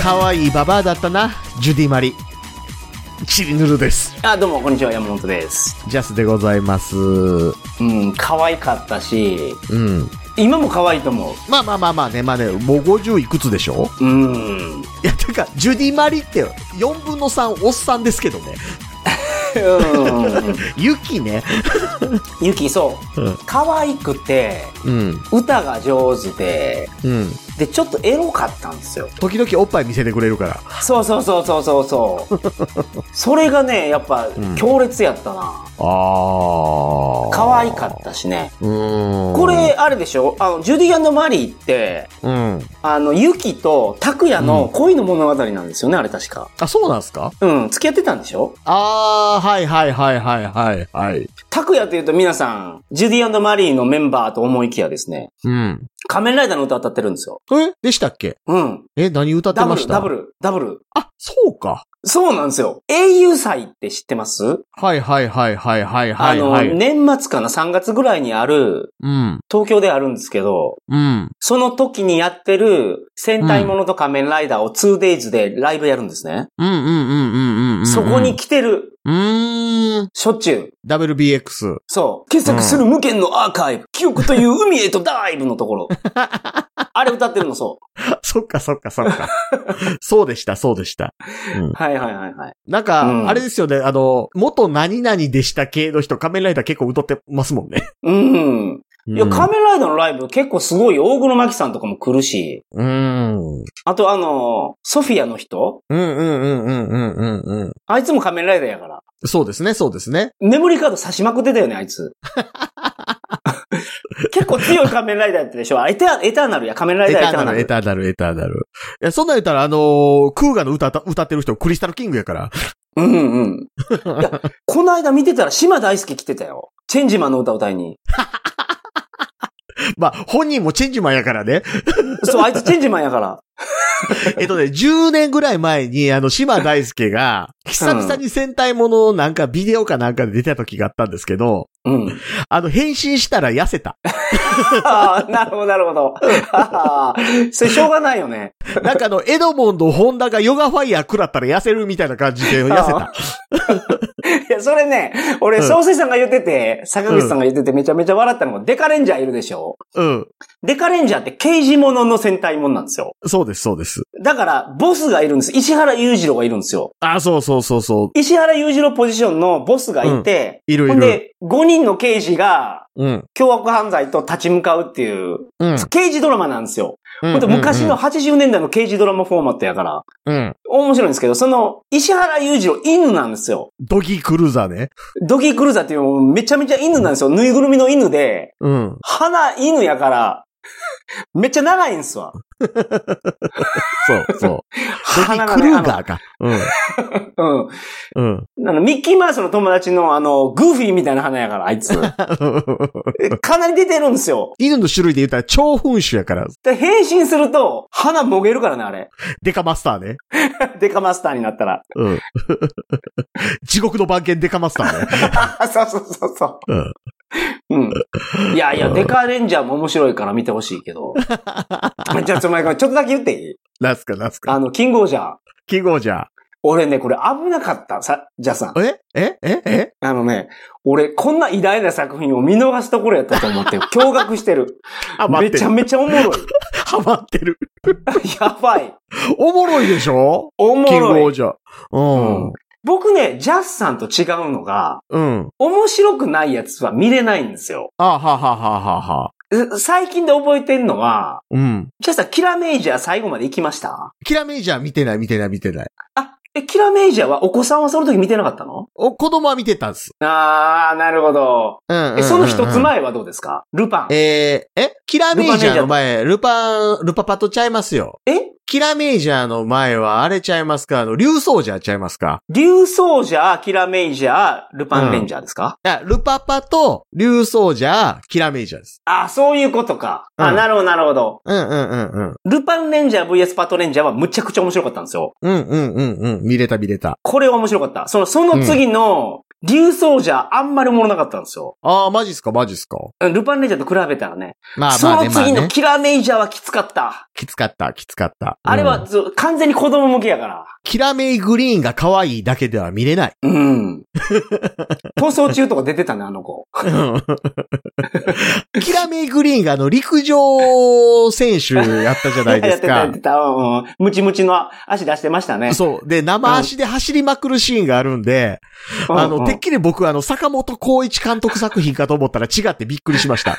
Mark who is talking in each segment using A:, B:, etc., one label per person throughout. A: 可愛いババアだったな、ジュディマリ。チリヌルです。
B: あ、どうも、こんにちは、山本です。
A: ジャスでございます。うん。
B: うん、可愛かったし、今も可愛いと思
A: まあまあまあまあね、まあね、もう50いくつでしょ
B: う。うん。うん
A: いや、てか、ジュディマリって4分の3おっさんですけどね。ユキね。
B: ゆき、そ
A: うん
B: う。可愛くて、
A: うん。
B: 歌が上手で、
A: うん。
B: で、ちょっとエロかったんですよ。
A: 時々おっぱい見せてくれるから。
B: そうそうそうそうそうそう。 それがね、やっぱ、
A: ん
B: 強烈やったな。
A: ああ。
B: 可愛かったしね。
A: うーん。
B: これ、あれでしょあの、ジュディマリーって、
A: うん。
B: あの、ユキとタクヤの恋の物語なんですよね、あれ確か。
A: あ、そうなんすか
B: うん、付き合ってたんでしょ
A: ああ、はいはいはいはいはいはい。
B: タクヤというと皆さん、ジュディマリーのメンバーと思いきやですね、
A: うん。
B: 仮面ライダーの歌歌ってるんですよ。
A: えでしたっけ
B: うん。
A: え、何歌って
B: ダブ
A: ま
B: ル、
A: した
B: ダブル、ダブル。
A: あ、そうか。
B: そうなんですよ。英雄祭って知ってます、
A: はいはいはいはいはいはいは
B: あの、
A: い。
B: 年末かな ?3 月ぐらいにある、
A: うん。
B: 東京であるんですけど、
A: うん。
B: その時にやってる戦隊ものと仮面ライダーを 2days でライブやるんですね。
A: うんうんうんうんうんうんうん。
B: そこに。来てる、
A: うーん。
B: しょっちゅう。
A: WBX。
B: そう。傑作する無限のアーカイブ。記憶という海へとダイブのと ころ。あれ歌ってるの、そ
A: そっかそっかそっ か。そうでした、そうでした。うん
B: う。はいはいはいはい。
A: なんか、
B: うん
A: あれですよね、あの、元何々でした系の人、仮面ライダー結構歌ってますもんね。
B: うん。いや、
A: うん
B: 仮面ライダーのライブ結構すごいよ。大黒摩季さんとかも来るし。
A: うん。
B: あとあの、ソフィアの人
A: うんうんうんうんうんうんうん。
B: あいつも仮面ライダーやから。
A: そうですね、そうですね。
B: メリカード刺しまくってたよね、あい つ。結構強い仮面ライダーやったでしょあエタエターナルや、仮面ライ
A: エ
B: ダー
A: ター
B: エタ
A: ナ
B: ーナ
A: ル、エ
B: ル。
A: ターナル、エターナル。いや、そんなん言ったら、あのークーガの歌た歌ってる人、クリスタルキングやから。
B: うんうん。いや、この間見てたら島大輔来てたよ。チェンジマンの歌を歌いに。
A: まあ、本人もチェンジマンやからね。
B: そう、あいつチェンジマンやから。
A: えっとね、10年ぐらい前に、あの、島大輔が、久々に戦隊ものなんかビデオかなんかで出た時があったんですけど、
B: うん。
A: あの、変身したら痩せた。
B: ああ、なるほど、なるほど。あーそれしょうがないよね。
A: なんかあの、エドモンド、ホンダがヨガファイヤー食らったら痩せるみたいな感じで痩せ た。
B: いや、それね、俺、
A: うん
B: 総帥さんが言ってて、坂口さんが言っててめちゃめちゃ笑ったのが、デカレンジャーいるでしょ
A: うん。
B: デカレンジャーって刑事ものの戦隊もんなんですよ。
A: そうです、そうです。
B: だから、ボスがいるんです。石原裕次郎がいるんですよ。
A: あ、そうそうそうそう。
B: 石原裕次郎ポジションのボスがいて、
A: いる
B: ほ
A: い
B: ん
A: る。
B: で、5人の刑事が、
A: うん。
B: 凶悪犯罪と立ち向かうっていう、
A: うん。
B: 刑事ドラマなんですよ。ほんと昔の80年代の刑事ドラマフォーマットやから、
A: うん。うん。
B: 面白いんですけど、その、石原裕次郎犬なんですよ。
A: ドギークルーザーね。
B: ドキークルーザーっていうめちゃめちゃ犬なんですよ。ぬいぐるみの犬で、
A: うん。
B: 鼻犬やから、めっちゃ長いんすわ。
A: そう、そう。ドギ
B: 鼻
A: ー
B: が
A: ク
B: ね
A: ルーザーか。うん。
B: あの
A: うん。
B: うん。あの、ミッキーマウスの友達のあの、グーフィーみたいな鼻やから、あいつ。かなり出てるんですよ。
A: 犬の種類で言ったら超粉種やから、
B: で、変身すると、鼻もげるからね、あれ。
A: デカマスターね。
B: デカマスターになったら。
A: うん。 地獄の番犬デカマスターね。
B: あそうそうそうそうう。うん。いやいや、デカレンジャーも面白いから見てほしいけ ど。じゃあ、つまり、ちょっとだけ言っていい
A: なんすか、なんすか。
B: あの、キングオージャー。
A: キングオージャ
B: 俺ね、これ危なかった。さ、じゃあさん。
A: ー。ええええ
B: あのね、俺、こんな偉大な作品を見逃すところやったと 思って、驚愕してる。
A: ハマっ
B: め
A: て
B: ち
A: る
B: ゃ。めちゃおもろい。
A: ハマってる。
B: やばい。
A: おもろいでしょ
B: おも
A: キング
B: ろ
A: オー
B: い。
A: ジャー。
B: 僕ね、ジャスさんと違うのが、
A: うん。うん。
B: 面白くないやつは見れないんですよ。
A: あははははは。
B: え最近で覚えてんのは、
A: うん。
B: ジャスさん、キラメイジャー最後まで行きました
A: キラメイジャー見てない見てない見てない。
B: あ、え、キラメイジャーはお子さんはその時見てなかったの
A: お、子供は見てたんす。
B: あー、なるほど。
A: うんうんうんうん。
B: え、その一つ前はどうですかルパン。え
A: えー、えキラメイジャーの前、ルパン、ルパパとちゃいますよ。キラメイジャーの前は、あれちゃいますかあの、竜奏者ちゃいますか
B: 竜奏者、キラメイジャー、ルパンレンジャーですか、
A: あルパパと竜奏者、キラメイジャーです。
B: あ、そういうことか。あ、
A: うん
B: なるほど、なるほど。
A: うんうんうんうん。
B: ルパンレンジャー VS パトレンジャーはむちゃくちゃ面白かったんですよ。
A: うんうんうんうん。見れた見れた。
B: これは面白かった。その、その次の、竜奏者あんまりおもろなかったんですよ。
A: ああ、マジっすか、マジっすか。
B: ルパンレンジャーと比べたらね。
A: まあ
B: そ
A: まあね、
B: の
A: まあ
B: 次の
A: ね。
B: キラーメイジャーはきつかった。
A: きつかった、きつかった。
B: あれ
A: うん
B: は、ず完全に子供向けやから。
A: キラメイグリーンが可愛いだけでは見れ ない。
B: うん。逃走中とか出てたね、あの子。
A: キラメイグリーンがあの、陸上選手やったじゃないです
B: や
A: か
B: ってた、やって。た。うんうん。ムチムチの足出してましたね。
A: そう。で、生足で走りまくるシーンがあるんで、
B: うん
A: あの、てっ
B: うん
A: きり僕、あの、坂本光一監督作品かと思ったら違ってびっくりしました。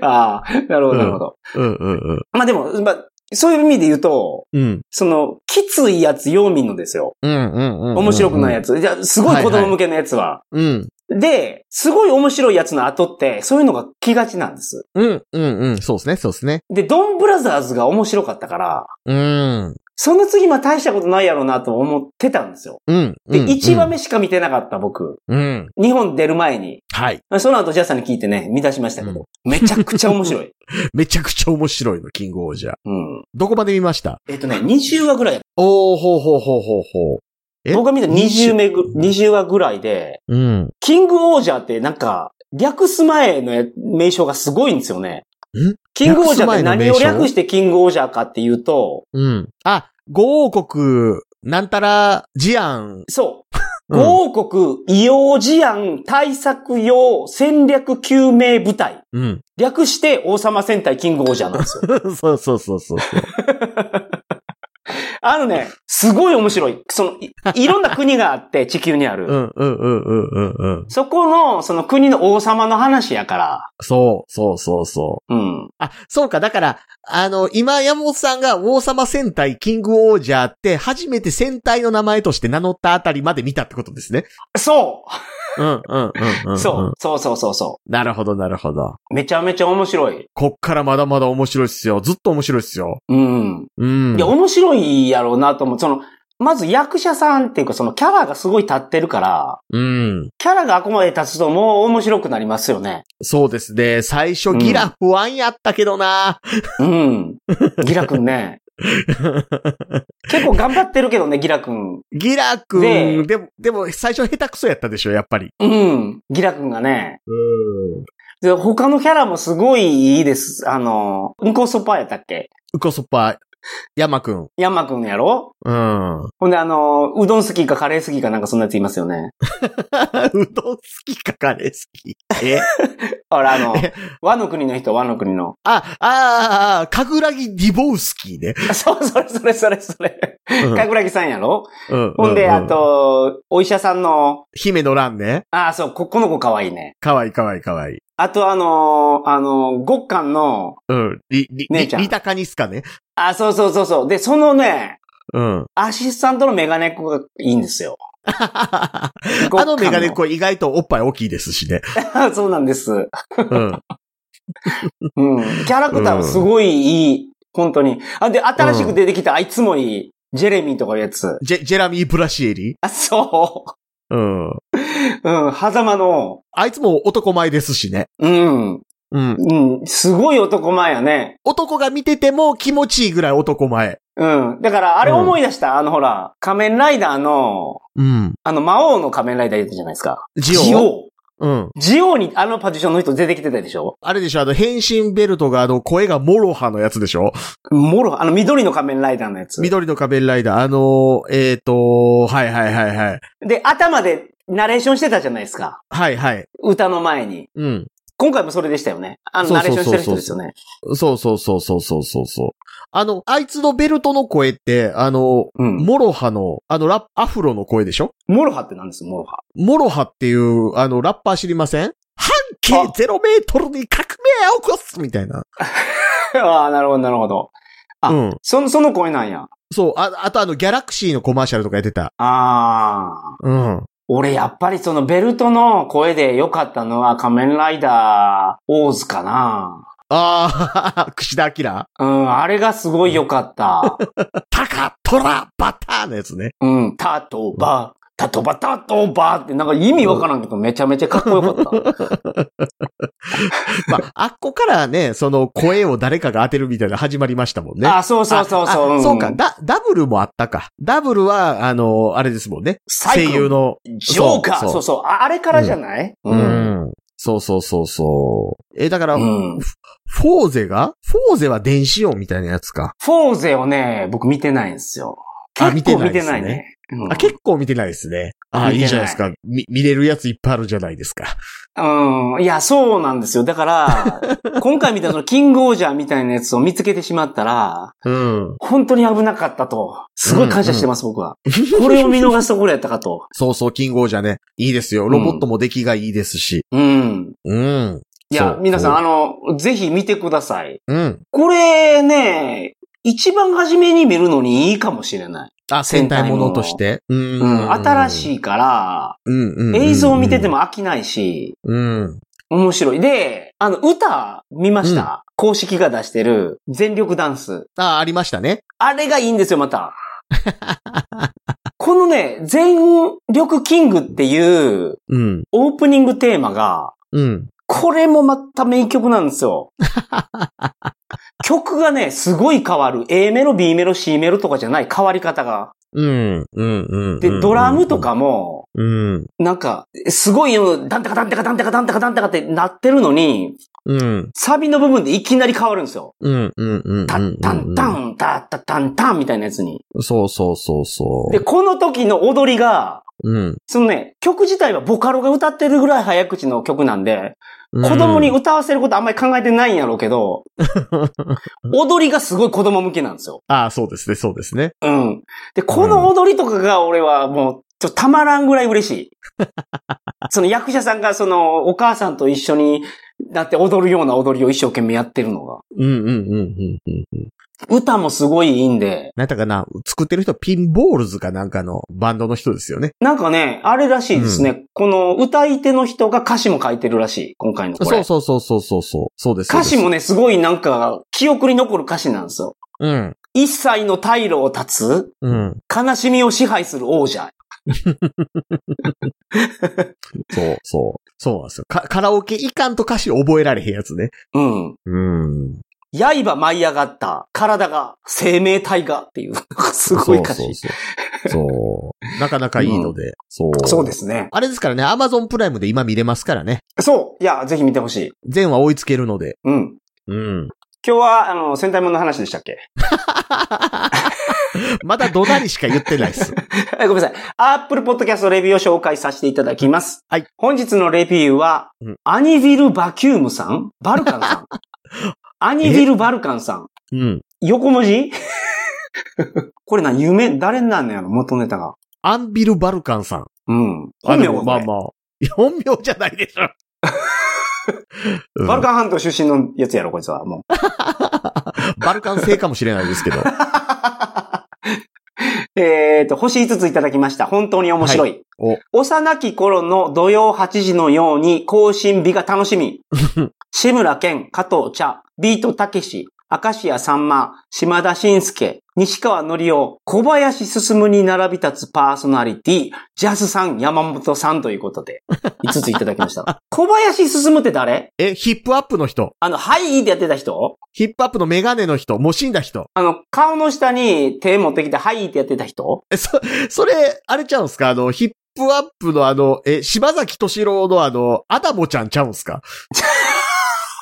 B: ああ、なるほど、なるほど。
A: うんうんうん。
B: まあでも、まあ、そういう意味で言うと、
A: うん。
B: その、きついやつ読みんのですよ。
A: うんうんうん。
B: 面白くないや
A: つ。
B: つ。じゃあすごい子供向けのやつは。
A: うん。
B: で、すごい面白いやつの後って、そういうのが来がちなんです。
A: うんうんうん。そうですね、そうですね。
B: で、ドンブラザーズが面白かったから、
A: うん。
B: その次、まあ大したことないやろうなと思ってたんですよ。
A: うん。
B: で、
A: うん
B: 1話。目しか見てなかった僕。
A: うん。
B: 日本出る前に。
A: はい。
B: まあその後、ジャスさんに聞いてね、見出しましたけど、めちゃくちゃ 面白い。
A: めちゃくちゃ面白いの、キングオージャー。
B: うん。
A: どこまで見ました
B: えっ、とね、20話ぐらい。
A: おー、ほうほうほうほうほう。え
B: 僕が見た20目ぐ、20話ぐらいで、
A: うん。
B: キングオージャーってなんか、略す前のや名称がすごいんですよね
A: ん。
B: キングオージャーって何
A: 略
B: を
A: す前の名称
B: 略してキングオージャーかっていうと、
A: うん。あ、五王国、なんたら、事案。
B: そう。五王国異様事案対策用戦略救命部隊。
A: うん。
B: 略して王様戦隊キングオージャーなんですよ。
A: そうそうそうそう。
B: あのね、すごい面白い。その、いいろんな国があって、 地球にある。
A: うんうんうんうんうんうん。
B: そこの、その国の王様の話やから。
A: そう、そうそうそう。
B: うん。
A: あ、そうか、だから、あの、今、山本さんが王様戦隊キングオージャーって、初めて戦隊の名前として名乗ったあたりまで見たってことですね。
B: そ
A: うんうんうんうん、。
B: うそう。そうそうそうそう
A: なるほど、なるほど。
B: う。めちゃめちゃ面白い。
A: こっからまだまだ面白いっすよ。ずっと面白いっすよ。
B: うん。
A: うん。
B: いや、面白いやろうなと思う。その、まず役者さんっていうか、そのキャラがすごい立ってるから、
A: うん。
B: キャラがあくまで立つともう面白くなりますよね。
A: そうですね。最初、
B: ん
A: ギラ不安やったけどな、
B: うん。ギラくんね。結構頑張ってるけどね、ギラくん。
A: ギラくん、
B: で
A: でも、でも、最初下手くそやったでしょ、やっぱり。
B: うん。ギラくんがね。
A: うん。
B: で、他のキャラもすごいいいです。あの、うんこそパーやったっけ
A: うこそっぱ、山くん。
B: ヤンマくんやろ
A: うん。う
B: ほんで、あの、うどん好きかカレー好きかなんかそんなやついますよね。
A: どん好きかカレー好き。え
B: あら、あ の、和の国の人、和の国の。
A: あ、あーあー、かぐらぎディボウスキーね。
B: そう、それそれそれそれ。
A: うん
B: かぐらぎさんやろ
A: うん
B: ほんで、
A: う
B: あと、お医者さんの、
A: 姫の蘭ね。
B: ああ、そう、こ、この子かわいいね。
A: かわいいかわいいかわいい。
B: あと、あのー、あのー、極寒の、
A: うん。り、り、
B: 姉
A: り、
B: ちゃん
A: りたかにすかね。
B: あ、そうそうそうそう。で、そのね、
A: うん。
B: アシスタントのメガネっ子がいいんですよ。
A: あ
B: 極寒
A: のメガネっ。子意外とおっぱい大きいですしね。
B: そうなんです。
A: うん。
B: うん。キャラクターはすごいいい。本当に。あ、で、新しく出てきた、あいつもいい。ジェレミーとかいうやつ。
A: ジェ、ジェラミー・ブラシエリ
B: あ、そ
A: うん。
B: う。うん、狭間の、
A: あいつも男前ですしね。
B: うん。
A: うん。
B: うん、すごい男前やね。
A: 男が見てても気持ちいいぐらい男前。
B: うん。だから、あれ思い出した、あのほら、仮面ライダーの、
A: うん。
B: あの、魔王の仮面ライダーいたじゃないですか。
A: ジオ。
B: オ。
A: うん。
B: ジオにあのパティションの人出てきてたでしょ
A: あれでしょ、あの、変身ベルトが、あの、声がモロハのやつでしょ
B: もろ、あの緑の仮面ライダーのやつ。
A: 緑の仮面ライダー、あのー、えーと、はいはいはいはい。
B: で、頭でナレーションしてたじゃないですか。
A: はいはい。
B: 歌の前に。
A: うん。
B: 今回もそれでしたよね。あの、
A: そう
B: ナ
A: そ
B: レ
A: う
B: ー
A: そ
B: シ
A: う
B: ョンし
A: そう
B: てる人ですよね。
A: そうそうそうそうそうそうそう。あの、あいつのベルトの声って、あの、
B: うん。
A: モロハの、あの、ラッ、アフロの声でしょ
B: モロハって何ですモロハ。
A: モロハっていう、あの、ラッパー知りません半径0メートルに革命を起こすみたいな。
B: ああ、なるほど、なるほど。あ
A: うん。
B: その、その声なんや。
A: そう、あ、あとあの、ギャラクシーのコマーシャルとかやってた。
B: ああ。
A: うん。
B: 俺、やっぱりそのベルトの声で良かったのは仮面ライダー、オーズかな。
A: ああ、 串田明。
B: うん、あれがすごい良かった。
A: タカ、トラ、バターのやつね。
B: うん、タとバ、タトバタトバって、なんか意味わからんけど、めちゃめちゃかっこ よかった。
A: まあ、あっこからね、その声を誰かが当てるみたいな始まりましたもんね。
B: あ、そうそうそうそう。
A: あ
B: ん
A: そうか。ダ、ダブルもあったか。ダブルは、あの、あれですもんね。
B: サ
A: 声
B: イク
A: 優
B: ル。
A: の。
B: ジョーカー。
A: そ
B: そうう
A: そ
B: そううああれからじゃない、
A: う。ん。そうそうそうそう。え、だから、
B: うん
A: フォーゼがフォーゼは電子音みたいなやつか。
B: フォーゼをね、僕見てないんですよ。
A: あ
B: 結構見
A: 見て
B: て
A: な
B: ないい
A: んですね
B: ね。うん
A: あ、結構見てないですね。あ、い
B: 見てない
A: いじゃないですか。見、見れるやついっぱいあるじゃないですか。
B: うん。いや、そうなんですよ。だから、今回見たそのキングオージャーみたいなやつを見つけてしまったら、
A: うん。
B: 本当に危なかったと。すごい感謝してます、僕は。 これを見逃したこれやったかと。
A: そうそう、キングオージャーね。いいですよ。ロボットも出来がいいですし。
B: うん。
A: うん。
B: い
A: そ
B: や、
A: う
B: 皆さん、あの、ぜひ見てください。
A: うん。
B: これね、一番初めに見るのにいいかもしれない。
A: あ、戦隊ものとして。うん
B: うん。新し
A: い。
B: いから、
A: うんうんうん。
B: 映像を見てても飽きないし、
A: うん。
B: 面白い。で、あの、歌見ました、公式が出してる全力ダンス。
A: あ、ありましたね。
B: あれがいいんですよ、また。このね、全力キングっていう
A: うん。
B: オープニングテーマが、
A: うん。
B: これもまた名曲なんですよ。 曲がね、すごい変わる。A メロ、B メロ、C メロとかじゃない変わり方が。
A: うん。うん。うん。
B: で、ドラムと。かも、
A: うん。
B: なんか、すごい、ダンタカダンタカダンタカダンタカダンタカってなってるのに、
A: うん。
B: サビの部分でいきなり変わるんですよ。
A: うん。うん。うん。
B: タッタンタ
A: ン。
B: ン、タッタッタンタンみたいなやつに。
A: そうそうそうそう。
B: で、この時の踊りが、
A: うん。
B: そのね、曲自体はボカロが歌ってるぐらい早口の曲なんで、
A: 子
B: 子供に歌わせることあんまり考えてないんやろうけ ど、踊りがすごい子供向けなんですよ。
A: あそうですね、そうですね。
B: うん。で、この踊りとかが俺はもう、ちょっとたまらんぐらい嬉し い。その役者さんがそのお母さんと一緒になって踊るような踊りを一生懸命やってるのが。
A: うんうんうんうんうんうん。
B: 歌もすごいいいんで、
A: なんだかな、作ってる人ピンボールズかなんかのバンドの人ですよね。
B: なんかね、あれらしいですね。この歌い手の人が歌詞も書いてるらしい。今回のこれ。
A: そうそうそうそうそうそう。そうです。
B: 歌詞
A: そう
B: もね、すごいなんか、記憶に残る歌詞なんですよ。
A: です。
B: 一切の退路を断つ、
A: うん。うん。
B: 悲しみを支配する王者。
A: そうそう。そうなんですよ。かカラオケいかんと歌詞覚えられへんやつね。
B: うん。
A: うん。
B: 刃舞い上がった、体が、生命体がっていう、すごい歌詞。
A: そうそうそう。そう。なかなかいいので。そう。
B: そうですね。
A: あれですからね、アマゾンプライムで今見れますからね。
B: そう。いや、ぜひ見てほしい。
A: 全話追いつけるので。
B: うん。
A: うん。
B: 今日は、あの、戦隊ものの話でしたっけ
A: まだ怒鳴りしか言ってないです。
B: ごめんなさい。Apple Podcast レビューを紹介させていただき ます。
A: はい。
B: 本日のレビューは、
A: うん
B: アニビル・バキュームさんバルカンさん アニビル・バルカンさん。
A: うん。
B: 横文字 これな、夢、誰になんのやろ元ネタが。
A: アンビル・バルカンさん。
B: うん。
A: あ
B: 本名
A: で
B: がこ
A: も
B: れ
A: まあまあ。いや本名じゃないでしょ。うん
B: バルカン半島出身のやつやろ、こいつは。もう。
A: バルカン製かもしれない ですけど。
B: えっと、星5ついただきました。本当に面白い。
A: お、
B: 幼き頃の土曜8時のように更新日が楽 しみ。志村けん、加藤茶、ビートたけし、明石家さんま、島田紳介、西川のりお、小林進に並び立つパーソナリティ、ジャスさん、山本さんというこ とで、5ついただきました。小林進って誰
A: え、ヒップアップの人。
B: あの、はいってやってた人
A: ヒップアップのメガネの人。もう死んだ人。
B: あの、顔の下に手持ってきて、はいってやってた人
A: え、そ、それ、あれちゃうんすかあの、ヒップアップのあの、え、柴崎敏郎のあの、アダモちゃんちゃうんすか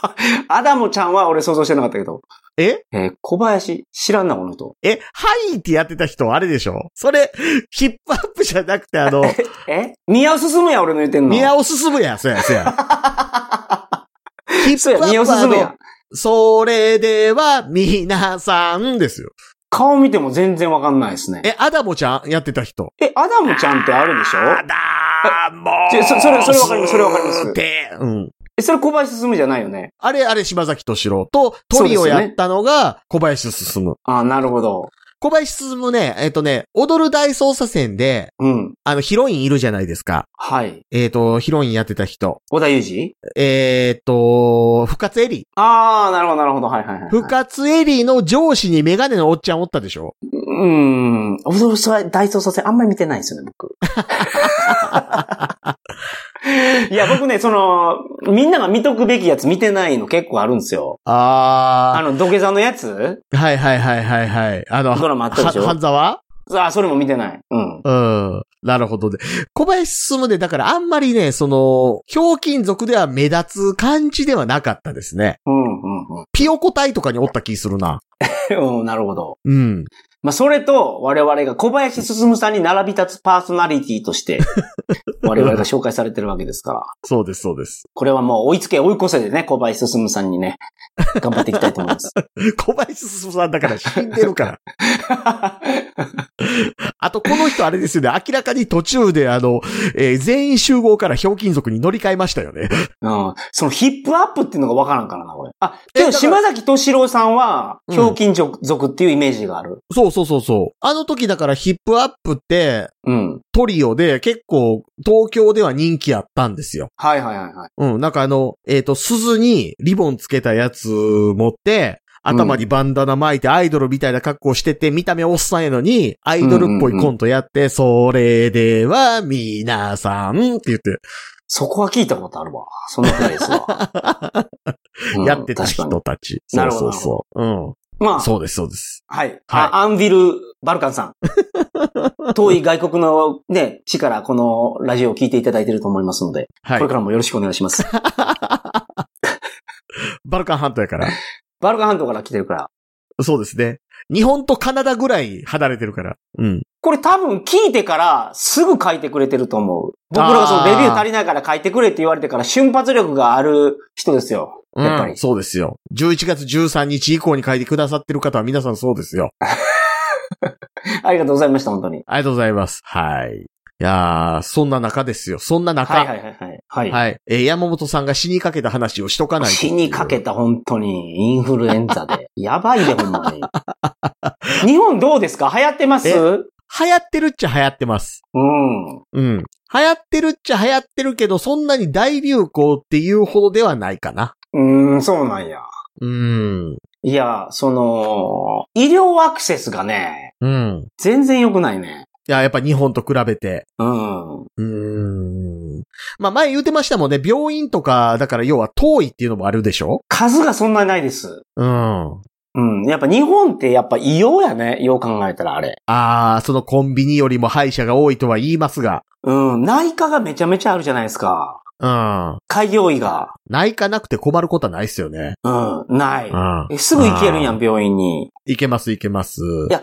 B: アダムちゃんは俺想像してなかったけど。
A: え
B: えー小林、知らんな、この人。
A: え、はいってやってた人、あれでしょそれ、ヒップアップじゃなくて、あの、
B: え宮尾進や、俺の言ってんの。
A: 宮尾進むや、そや、そ や。ヒ
B: そう
A: ッ
B: や、宮尾進
A: あ
B: や
A: の。それでは、皆さんですよ。
B: 顔見ても全然わかんないですね。
A: え、アダモちゃんやってた人。
B: え、アダムちゃんってあるでしょ
A: ダモ
B: ちょそそれそれわかりますそれわかります
A: で、うん。
B: え、それ小林進じゃないよね。
A: あれ、あれ、柴崎敏郎と、トリをやったのが、小林進む。
B: あーなるほど。
A: 小林進むね、えっ、とね、踊る大捜査線で、
B: うん。
A: あの、ヒロインいるじゃないですか。
B: はい。
A: えっ、と、ヒロインやってた人。
B: 小田裕二
A: えっ、と、深津絵里。
B: あー、なるほど、なるほど。はいはいはいはい。
A: 深津絵里の上司にメガネのおっちゃんおったでしょ
B: うーん。俺それ、大捜査線あんまり見てないんですよね、 僕。いや、僕ね、その、みんなが見とくべきやつ見てないの結構あるんですよ。あ
A: あ
B: の、土下座のやつ
A: ー。はいはいはいはいはい。あの、
B: ドラマあったでしょ
A: は半沢
B: あ、それも見てない。うん。
A: うん。なるほどね。小林進ね、だからあんまりね、その、ひょうきん族では目立つ感じではなかったですね。
B: うん、うん、
A: ピヨコ隊とかにおった気するな。
B: うん。 うん、なるほど。
A: うん。
B: まあ、それと、我々が小林進さんに並び立つパーソナリティ として、我々が紹介されてるわけですから。
A: そうです、そうです。
B: これはもう追いつけ追い越せでね、小林進さんにね、頑張っていきたいと思います。
A: 小林進さんだから死んでるから。あと、この人あれですよね。明らかに途中で、あの、えー全員集合からひょうきん族に乗り換えましたよね。
B: うん。そのヒップアップっていうのがわからんからな、これ。あ、
A: え
B: けど
A: だから
B: 島崎敏郎さんは、
A: うん
B: ひょうきん族族っていうイメージがある。
A: そうそうそうそう。あの時だからヒップアップって、
B: うん。
A: トリオで結構東京では人気あったんですよ。
B: はいはいはいはい。
A: うん、なんかあの、えっ、と、鈴にリボンつけたやつ持って、頭にバンダナ巻いてアイドルみたいな格好してて、見た目おっさんやのに、アイドルっぽいコントやって、それでは皆さんって言って、
B: そこは聞いたことあるわ。そのくらいですわ。うん
A: やってた
B: 確かに
A: 人たち。
B: なるほ
A: そ
B: ど
A: うそうそう。うん。
B: まあ、
A: そうです、そうです。
B: は
A: は
B: い。
A: い
B: あアンビル・バルカ ンさん。遠い外国のね、地からこのラジオを聞いていただいてると思いますので、
A: はい
B: これ。からもよろしくお願いします。
A: バルカン半島やから。
B: バルカン半島から来てるから。
A: そうですね。日本とカナダぐらい離れてるから。うん。
B: これ多分聞いてからすぐ書いてくれてると思う。僕らがそのレビュー足りないから書いてくれって言われてから瞬発力がある人ですよ。やっぱり。
A: うんそうですよ。11月13日以降に書いてくださってる方は皆さんそうですよ。
B: ありがとうございました、本当に。
A: ありがとうございます。はい。いやー、そんな中ですよ。そんな中。
B: はいはいはいはい。はい。
A: はいえー山本さんが死にかけた話をしとかないと
B: 死にかけた、本当に。インフルエンザ で。やばいで、ほんまに。日本どうですか流行ってます
A: え
B: う
A: 流行ってるっちゃ流行ってます。
B: ん。
A: うん。流行ってるっちゃ流行ってるけど、そんなに大流行っていうほどではないかな。
B: うーん、そうなんや。
A: うーん。
B: いや、その、医療アクセスがね、
A: うん。
B: 全然良くないね。
A: いや、やっぱ日本と比べて。
B: うん。
A: うーん。まあ、前言ってましたもんね。病院とか、だから要は遠いっていうのもあるでしょ
B: 数がそんなにないです。
A: うん。
B: うん。やっぱ日本ってやっぱ異様やね。よう考えたらあれ。
A: あー、そのコンビニよりも歯医者が多いとは言いますが。
B: うん。内科がめちゃめちゃあるじゃないですか。
A: うん。
B: 開業医が。
A: ないかなくて困ることはないっすよね。
B: うん。ない。
A: ん
B: えすぐ行けるや、
A: うん
B: 病院に。
A: いけます、いけます。
B: いや、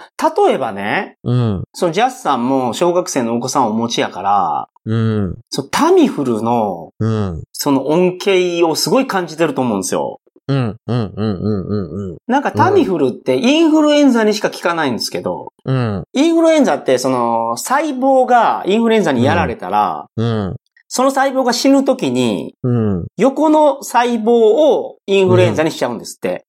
B: 例えばね、
A: うん。
B: そのジャスさんも小学生のお子さんをお持ちやから、
A: うん。
B: そのタミフルの、
A: うん。
B: その恩恵をすごい感じてると思うんですよ。
A: うん。うん。うん。うん。うん。
B: なんかタミフルってインフルエンザにしか効かないんですけど、
A: うん。
B: インフルエンザってその細胞がインフルエンザにやられたら、
A: うん。
B: その細胞が死ぬときに、
A: うん。
B: 横の細胞をインフルエンザにしちゃうんですって。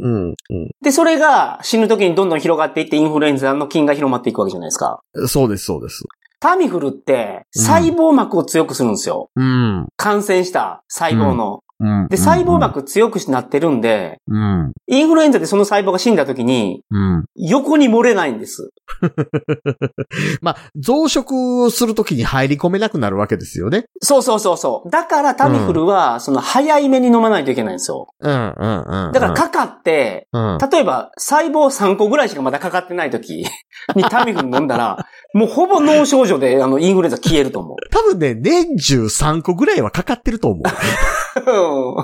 A: うん。
B: で、それが死ぬ時にどんどん広がっていってインフルエンザの菌が広まっていくわけじゃないですか。
A: うん。そうです、そうです。
B: タミフルって
A: うん
B: 細胞膜を強くするんですよ。
A: うん。
B: 感染した細胞の。
A: うん。
B: で、細胞。膜強くなってるんで、
A: うん。
B: インフルエンザでその細胞が死んだ時に
A: うん。
B: 横に漏れないんです。
A: まあ、増殖するときに入り込めなくなるわけですよね。
B: そうそうそうそう。だからタミフルはその早い目に飲まないといけないんですよ。
A: うん。うん。うん。
B: だからかかって、
A: うん。
B: 例えば、細胞3個ぐらいしかまだかかってない時 にタミフル飲んだら、もうほぼ脳症状で、あの、インフルエンザ消えると 思
A: 多分ね、年中3個ぐらいはかかってると思う。
B: う。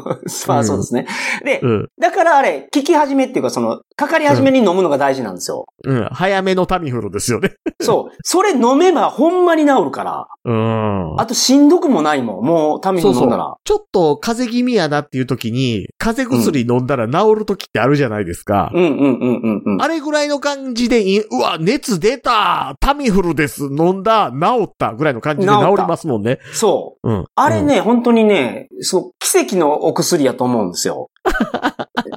B: まあ、そうですね。で、
A: うん。
B: だからあれ、聞き始めっていうか、その、かかり始めに飲むのが大事なんですよ。
A: うん。早めのタミフルですよね。
B: そう。それ飲めばほんまに治るから。
A: うん。
B: あと、しんどくもないもん。もう、タミフル飲んだら。
A: ちょっと風邪気味やなっていう時に、風邪薬飲んだら治る時ってあるじゃないですか。
B: うんうんうんうんうん。
A: あれぐらいの感じでい、うわ、熱出たタミフルです飲んだ治ったぐらいの感じで
B: 治った
A: 治りますもんね。
B: そう。
A: うん。
B: あれね、本当にね、そう、奇跡のお薬やと思うんですよ。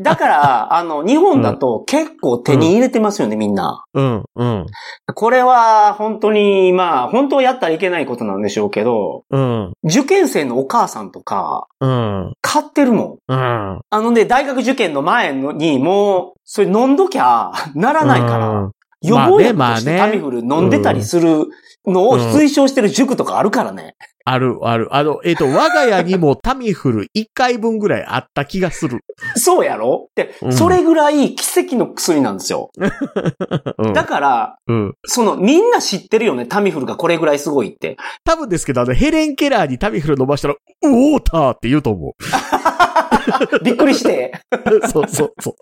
B: だから、あの、日本だと結構手に入れてますよね、みんな。
A: うん、うん、
B: これは本当に、まあ、本当はやったらいけないことなんでしょうけど、
A: うん、
B: 受験生のお母さんとか、
A: うん、
B: 買ってるもん。
A: うん。
B: あのね、大学受験の前のに、もう、それ飲んどきゃ、ならないから、
A: うん。
B: 予防薬として
A: まあ
B: タ
A: ね
B: ミフル飲んでたりするのを推奨してる塾とかあるからね。
A: ある、ある。あの、えっ、と、我が家にもタミフル1回分ぐらいあった気がする。
B: そうやろって、
A: うん
B: それぐらい奇跡の薬なんですよ。
A: うん
B: だから、
A: うん。
B: その、みんな知ってるよね、タミフルがこれぐらいすごいって。
A: 多分ですけど、あの、ヘレン・ケラーにタミフル飲ましたら、ウォーターって言うと思う。
B: びっくりして、
A: そうそうそ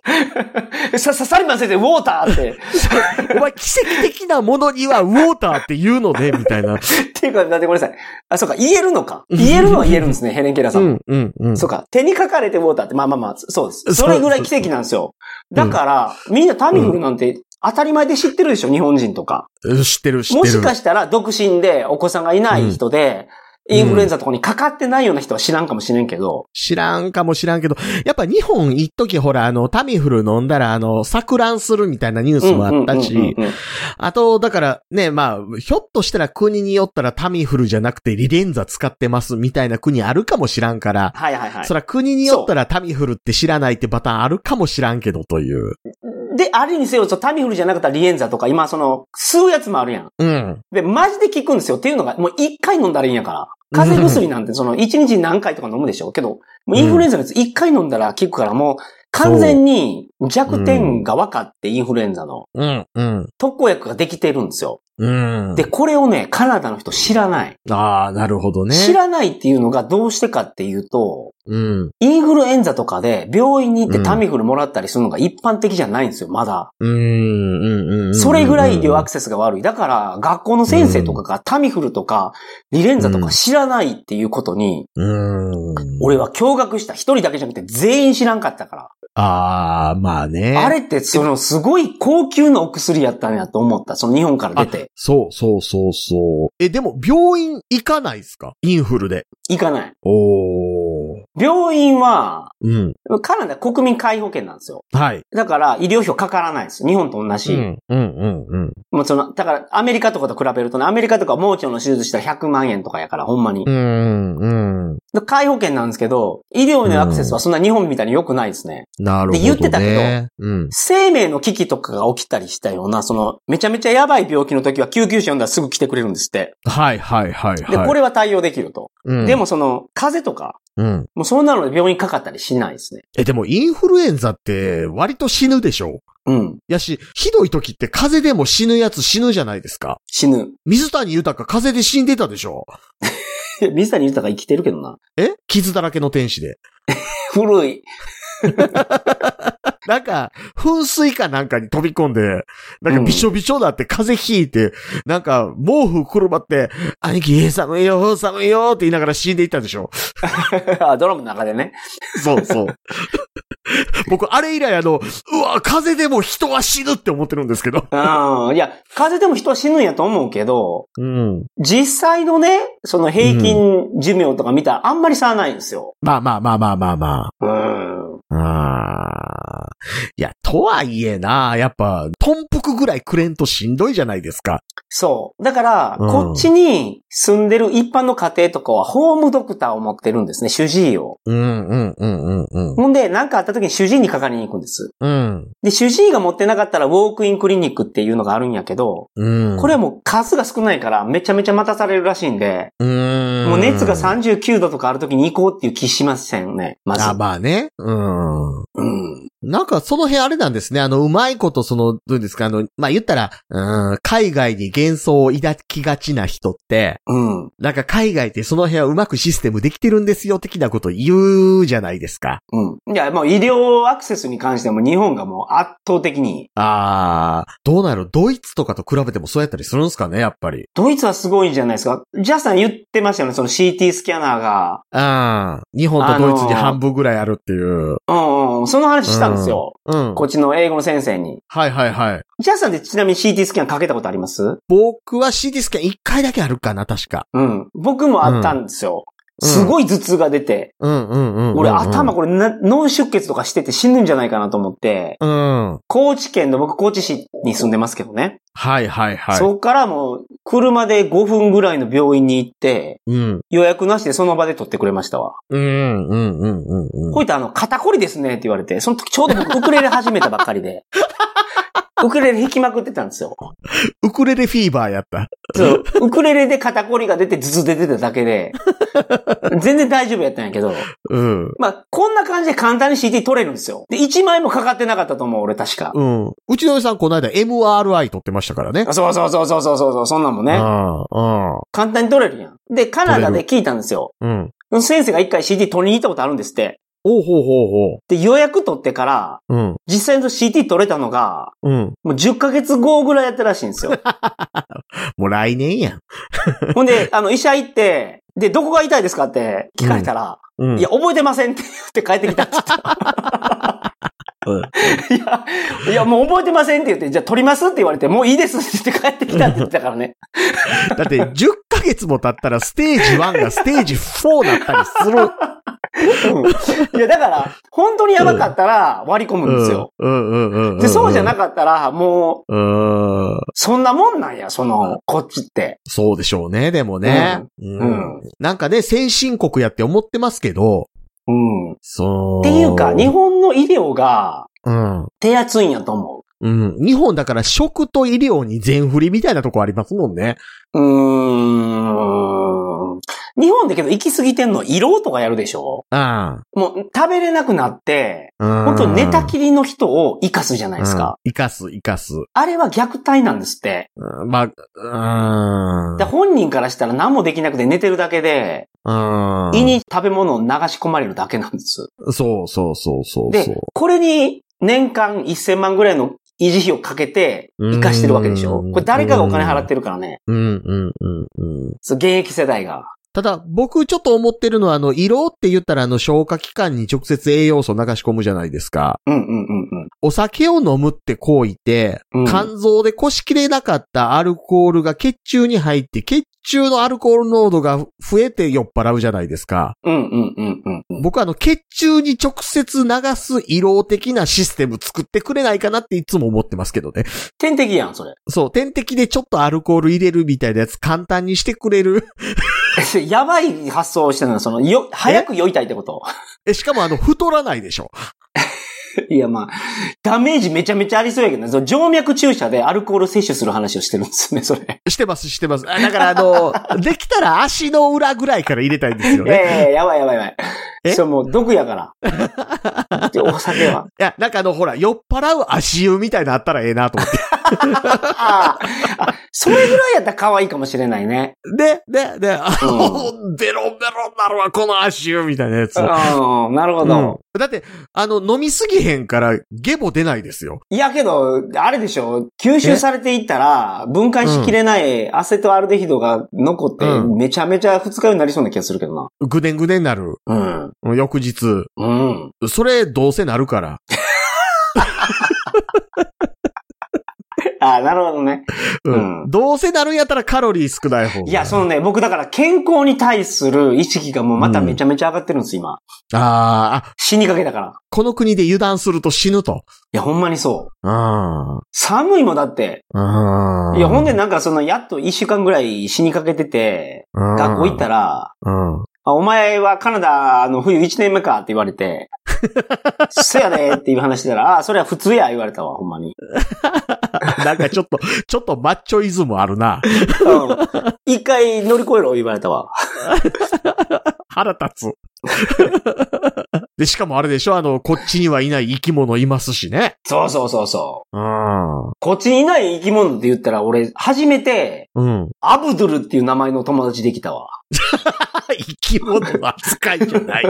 A: う。
B: さ、さサリマン先生、ウォーターって。
A: お前、奇跡的なものにはウォーターって言うのね、みたいな。
B: っていうか、だってごめんなさい。あ、そうか、言えるのか。言えるのは言えるんですね、ヘレン・ケラー
A: う
B: さんも。
A: ん、うん、うん。
B: そうか。手にかかれてウォーターって、まあまあまあ、そうで
A: そう
B: す。それぐらい奇跡なんですよ。だから、みんなタミフルなんて当たり前で知ってるでしょ、日本人とか。
A: 知ってる、知ってる。
B: もしかしたら、独身でお子さんがいない人で、
A: うん
B: インフルエンザとかにかかってないような人は知らんかもしれんけど、
A: 知らんかもしらんけど、やっぱ日本一時ほら、あの、タミフル飲んだら、あの、錯乱するみたいなニュースもあった
B: うんうんうん
A: し、
B: うんうん
A: あと、だからね、まあ、ひょっとしたら国によったらタミフルじゃなくてリレンザ使ってますみたいな国あるかもしらんから、
B: はいはいはい
A: そ。ら国によったらタミフルって知らないってパターンあるかもしらんけどという。
B: で、あるにせよ、そうタミフルじゃなかったらリエンザとか、今その、吸うやつもあるやん。
A: うん。
B: で、マジで効くんですよ。っていうのが、もう一回飲んだらいいんやから。風邪薬なんて、その、一日に何回とか飲むでしょうけど、もうインフルエンザのやつ一回飲んだら効くから、もう、完全に弱点が分かって、インフルエンザの
A: うん。うん。
B: 特効薬ができてるんですよ。
A: うん。
B: で、これをね、カナダの人知らない。
A: ああ、なるほどね。
B: 知らないっていうのがどうしてかっていうと、
A: うん。
B: インフルエンザとかで病院に行って
A: うん
B: タミフルもらったりするのが一般的じゃないんですよ、まだ。
A: うん。うんうん。うん
B: それぐらい医療アクセスが悪い。だから、学校の先生とかがタミフルとか、リレンザとか知らないっていうことに、
A: うん。
B: 俺。は驚愕した。一人だけじゃなくて全員知らんかったか
A: ああ、まあね。
B: ら。あれって、その、すごい高級なお薬やったんやと思った。その日本から出て。
A: そうそうそうそう。え、でも病院行かないですかインフルで。
B: 行かない。
A: おー。
B: 病院は、
A: うん。
B: カナダ国民皆保険なんですよ。
A: はい。
B: だから、医療費かからないです。日本と同
A: う
B: じ。
A: ん、うん、うん、うん。
B: もうその、だから、アメリカとかと比べるとね、アメリカとか盲腸の手術したら100万円とかやから、ほんまに
A: う。ん、うん。
B: で皆保険なんですけど、医療へのアクセスはそんな日本みたいに良くないですね。
A: なるほど、ね。
B: で言ってたけ
A: ど。うん。
B: 生命の危機とかが起きたりしたような、その、めちゃめちゃやばい病気の時は救急車呼んだらすぐ来てくれるんですって。
A: はい、はい、はい、はい。
B: で、これは対応できると。
A: うん、
B: でもその、風邪とか、
A: うん。
B: もうそんなので病院かかったりしないですね。
A: え、でもインフルエンザって割と死ぬでしょ
B: うん。
A: やし、ひどい時って風邪でも死ぬやつ死ぬじゃないですか。
B: 死ぬ。
A: 水谷豊風邪で死んでたでしょ
B: いや水谷豊生きてるけどな。
A: え傷だらけの天使で。
B: 古い。
A: なんか、噴水かなんかに飛び込んで、なんかびしょびしょだって風邪ひいて、なんか毛布くるまって、兄貴、寒いよ、寒いよって言いながら死んでいったでしょ。
B: ドラマの中でね。
A: そうそう。 僕、あれ以来あの、うわ、風邪でも人は死ぬって思ってるんですけど。
B: うん。いや、風邪でも人は死ぬんやと思うけど、
A: うん。
B: 実際のね、その平均寿命とか見たらあんまり差はないんですよ。
A: まあまあまあまあまあま
B: うん。
A: あ。ああ。いや、とはいえな、やっぱ、トンプクぐらいくれんとしんどいじゃないですか。
B: そう。だから、
A: うん
B: こっちに住んでる一般の家庭とかは、ホームドクターを持ってるんですね、主治医を。
A: うん、うん、うん、うん、うん。
B: ほんで、何かあった時に主治医にかかりに行くんです。
A: うん。
B: で、主治医が持ってなかったら、ウォークインクリニックっていうのがあるんやけど、
A: うん。
B: これはもう数が少ないから、めちゃめちゃ待たされるらしいんで、
A: うん。
B: もう熱が39度とかある時に行こうっていう気しませんね、まず。
A: あ、まあね。うん。
B: うん。
A: なんかその辺あれなんですね。あの、うまいことその、どうですか、あの、まあ言ったら、うん、海外に幻想を抱きがちな人って、
B: うん。
A: なんか海外ってその辺はうまくシステムできてるんですよ、的なこと言うじゃないですか。
B: うん。いや、もう医療アクセスに関しても日本がもう圧倒的に。
A: あー、どうなるドイツとかと比べてもそうやったりするんですかね、やっぱり。
B: ドイツはすごいんじゃないですか。ジャスさん言ってましたよね、その CT スキャナーが。
A: あー、日本とドイツに半分ぐらいあるっていう。
B: うんうん、その話したんですよ。
A: うん。
B: こっちの英語の先生に。
A: はいはいはい。
B: ジャスさんってちなみに CT スキャンかけたことあります
A: 僕は CT スキャン1回だけあるかな、確か。
B: うん。僕もあったんですよ。すごい頭痛が出て、
A: うんうんうんうん。
B: 俺頭これな脳出血とかしてて死ぬんじゃないかなと思って、
A: うん。
B: 高知県の僕高知市に住んでますけどね。
A: はいはいはい。
B: そこからもう車で5分ぐらいの病院に行って、
A: うん。
B: 予約なしでその場で取ってくれましたわ。
A: うんうんうんうんうん。
B: こういったあの、肩こりですねって言われて、その時ちょうど僕ウクレレ始めたばっかり で、ウクレレ弾きまくってたんですよ。
A: ウクレレフィーバーやった。
B: そう、ウクレレで肩こりが出て頭痛出てただけで、全然大丈夫やったんやけど、
A: うん。
B: まあ、こんな感じで簡単に CD 取れるんですよ。で、1枚もかかってなかったと思う、俺確か。
A: うん。うちのおじさんこの間 MRI 撮ってましたからね。
B: あそうそうそうそうそうそう、そんなんもね、
A: うん。
B: 簡単に取れるやん。で、カナダで聞いたんですよ。
A: うん。うん。
B: 先生が一回 CD 取りに行ったことあるんですって。
A: おうほうほうほう。
B: で、予約取ってから、
A: うん。
B: 実際の CD 取れたのが、
A: うん。
B: もう10ヶ月後ぐらいやったらしいんですよ。
A: もう来年やん。
B: ほんで、あの、医者行って、で、どこが痛いですかって聞かれたら、
A: うん。
B: いや、覚えてませんって言って帰ってきたって
A: うん、
B: 言 って。いや、いや、もう覚えてませんって言って、じゃあ取りますって言われて、もういいですって言って帰ってきたって言ってたからね。
A: だって10ヶ月も経ったらステージ1がステージ4だったりする。
B: うんいや、だから、本当にやばかったら割り込むんですよ。
A: うんうんうんうん。
B: で、そうじゃな
A: く
B: かったら、もう、
A: うん。
B: そんなもんなんや、その、こっちって。
A: そうでしょうね、でもね。
B: うん
A: うんなんかね、先進国やって思ってますけど、
B: うん。っ
A: そう。
B: ていうか、日本の医療が
A: 本。
B: 手厚いんやと思
A: う
B: う。
A: ん。うん。日本だから食と医療に全振りみたいなとこありますもんね。
B: うーん。日本だけど行き過ぎてんの、胃ろうとかやるでしょ
A: あ
B: もう食べれなくなって、
A: あ。うん
B: 本当に寝たきりの人を生かすじゃないですか。
A: うん生かす、生かす。
B: あれは虐待なんですって。
A: うんまあ、う
B: で本人からしたら何もできなくて寝てるだけで、
A: ん。うん。
B: 胃に食べ物を流し込まれるだけなんです。
A: そうそうそうそう
B: で
A: そう。、
B: これに年間1000万ぐらいの維持費をかけて生かしてるわけでしょ
A: うん
B: これ誰かがお金払ってるからね。
A: うんうんうんうん。
B: そう現役世代が。
A: ただ、僕ちょっと思ってるのは、あの、胃ろうって言ったら、あの、消化器官に直接栄養素流し込むじゃないですか。
B: うんうんうんうん。
A: お酒を飲むって行為って、
B: うん
A: 肝臓でこしきれなかったアルコールが血中に入って、血中のアルコール濃度が増えて酔っ払うじゃないですか。
B: うんうんうんうんうん。
A: 僕はあの、血中に直接流す胃ろう的なシステム作ってくれないかなっていつも思ってますけどね。
B: 天敵やん、それ。
A: そう、点滴でちょっとアルコール入れるみたいなやつ簡単にしてくれる。
B: やばい発想をしてるのは、その、よ、早く酔いたいってこと。
A: え、しかもあの、太らないでしょ。
B: いや、まあ、ダメージめちゃめちゃありそうやけどね、その静脈注射でアルコール摂取する話をしてるんですよね、それ。
A: してます、してます。あだから、あの、 できたら足の裏ぐらいから入れたいんですよ
B: いや
A: ね。
B: いやいや、やばいやばいやばい。
A: え
B: それもう毒やから。でお酒 は。
A: いや、なんかあの、ほら、酔っ払う足湯みたいなのあったらええなと思 って。
B: あーあ、それぐらいやったら可愛いかもしれないね。
A: で、で、で、あの、ベロベロになるわ、この足湯みたいなやつ。
B: うん、なるほ
A: うん
B: ど。
A: だって、あの、飲みすぎへんから、ゲボ出ないですよ。
B: いやけど、あれでしょ吸収されていったら、分解しきれないアセトアルデヒドが残って
A: う、ん
B: めちゃめちゃ二日酔いになりそうな気がするけどな。
A: ぐでんぐでんなる。
B: うん。
A: うん翌日。
B: うん。
A: それ、どうせなるから。
B: ああ、なるほどね。
A: うん
B: うん
A: どうせなるんやったらカロリー少ない方が。
B: いや、そのね、僕だから健康に対する意識がもうまためちゃめちゃ上がってるんです、今。
A: あーあ、
B: 死にかけだから。
A: この国で油断すると死ぬと。
B: いや、ほんまにそう。
A: あ
B: 寒いもんだって。
A: あ。
B: いや、ほんで、なんかその、やっと一週間ぐらい死にかけてて、学
A: 学
B: 校行ったら、
A: うん。
B: あお前はカナダの冬1年目かって言われ て、せやでっていう話したら、ああ、それは普通や言われたわ、ほんまに。
A: なん かちょっと、ちょっとマッチョイズムあるな。
B: うん。一回乗り越えろ言われたわ。
A: 腹立 つ。で、しかもあれでしょあの、こっちにはいない生き物いますしね。
B: そうそうそうそう。
A: うん。
B: こっちにいない生き物って言ったら、俺、初めて、
A: うん。
B: アブドゥルっていう名前の友達できたわ。
A: 生き物の扱いじゃない。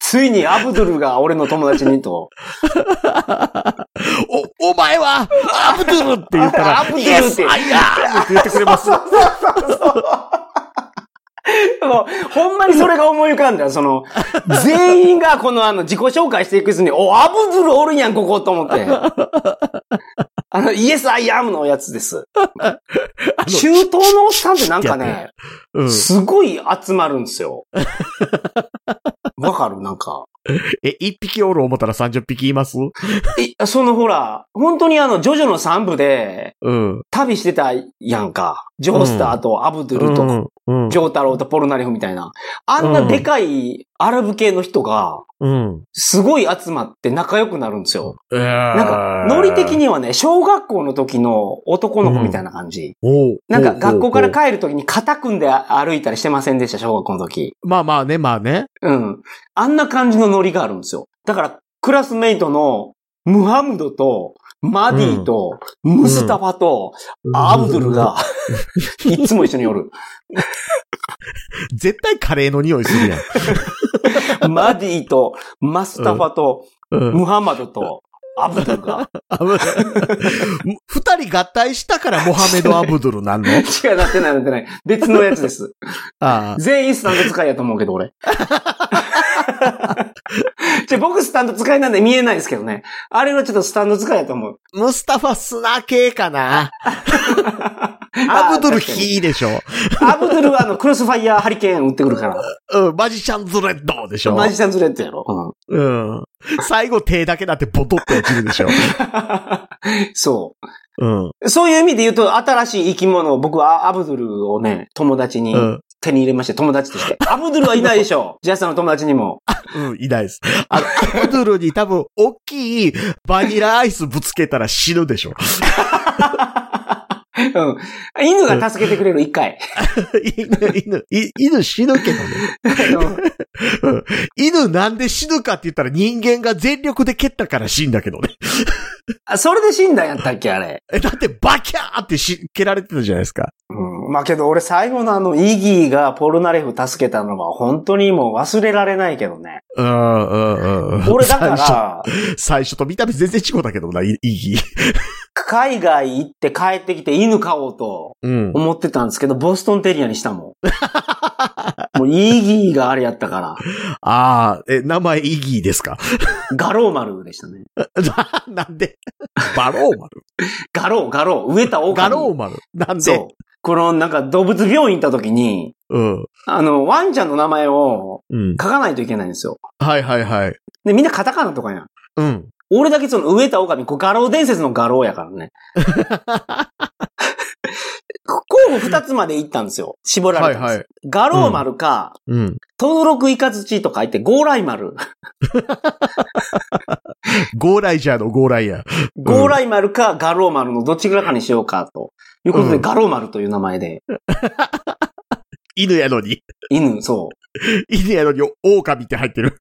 B: ついにアブドゥルが俺の友達にと。
A: お、お前は、アブドゥルって言ったら、
B: アブドゥルって
A: Yes, I am! って言ってくれます。
B: もう、ほんまにそれが思い浮かんだよ。その、全員 がこのあの、自己紹介していくうちに、お、アブドゥルおるやん、ここ、と思って。あの、イエス・アイ・アムのやつです。
A: あ
B: 中東のおっさんってなんかね、
A: の、うん。
B: すごい集まるんですよ。わかるなんか。
A: え、一匹おる思ったら30匹います
B: え、そのほら、本当にあの、ジョジョの三部で、
A: うん。
B: 旅してたやんか。ジョースターとアブドゥルと、
A: うん。うん
B: ジョータローとポルナリフみたいな。あんなでかいアラブ系の人が、
A: うん。
B: すごい集まって仲良くなるんですよ。
A: な
B: なんか、ノリ的。にはね、小学校の時の男の子みたいな感じ。
A: おう
B: なん
A: お
B: か、
A: う
B: 学校
A: お
B: か
A: う
B: ら帰る時に肩組んで歩いたりしてませんでした、小学校の時。
A: まあまあね、まあね。
B: うん。あんな感じのノリがあるんですよ。だから、クラスメイトのムハムドと、マディと、ムスタファと、アブドゥル が、いつも一緒におる。
A: 絶対カレーの匂いするやん。
B: マディと、マスタファと、
A: うん。
B: ムハマドと、アブドゥルが。
A: あぶ二人合体したからモハメド・アブドゥルなんの
B: 違う、なってない、なってない。別のやつ です。
A: ああ。
B: 全員スタンド使いやと思うけど、 俺。じゃ僕スタンド使いなんで見えないですけどね。あれはちょっとスタンド使いやと思う。
A: ムスタファ・スナ系かな。
B: ア
A: アブドゥル・ヒーでしょ。
B: アブドゥルはあの、クロスファイヤーハリケーン打ってくるから。
A: うん、マジシャンズレッドでしょ
B: マ。ジシャンズレッドやろ。
A: うん。最後手だけだってボトって落ちるでしょ。
B: うん、 そ
A: うん。
B: う。そういう意味で言うと、新しい生き物を、僕はアブドゥルをね、友達に
A: うん。
B: 手に入れまして、友達と して。アブドゥルはいないでしょ。ジャスさんの友達にも。
A: うん、いないです。あの、アブドゥルに多分、大きいバニラアイスぶつけたら死ぬでしょ。
B: うん。犬が助けてくれる、一回。
A: 犬、犬、い犬死ぬけどね。
B: うん
A: 犬なんで死ぬかって言ったら人間が全力で蹴ったから死んだけどね。
B: あそれで死んだんやったっけ、あれ。
A: え、だってバキャーってし蹴られてたじゃないですか。
B: うん、まあけど俺最後のあのイギーがポルナレフ助けたのは本当にもう忘れられないけどね。
A: うん、うん、うん。
B: 俺だか
A: 最初、
B: ら、
A: 最初と見た目全然違うだけどな、い意義。
B: 海外行って帰ってきて犬飼おうと
A: うん。
B: 思ってたんですけど、ボストンテリアにした もん。もうイギーがあれやったから、
A: ああ、え、名前イギーですか
B: ガローマルでしたね。
A: な、なんでバローマル
B: ガロー、ガロー、植えた狼。
A: ガローマルなん
B: そう
A: で。
B: このなんか動物病院行った時に、
A: うん。
B: あの、ワンちゃんの名前を
A: うん。
B: 書かないといけないんですよ。
A: はいはいはい。
B: で、みんなカタカナとかやん。
A: うん。
B: 俺だけその植えた狼、こう画廊伝説の画廊やか らね。候補二つまで行ったんですよ。絞ら
A: は
B: れ
A: い
B: たんです。
A: はい。
B: 画廊丸か、
A: うん。
B: 登録イカズチとか言って、ゴーライ丸。
A: ゴーライジャーのゴーライや。
B: ゴーライ丸か、画廊丸のどっちらかにしようか、ということで、
A: うん
B: 画廊丸という名前で、
A: 犬やのに。
B: 犬、そ
A: 犬やのに狼って入ってる。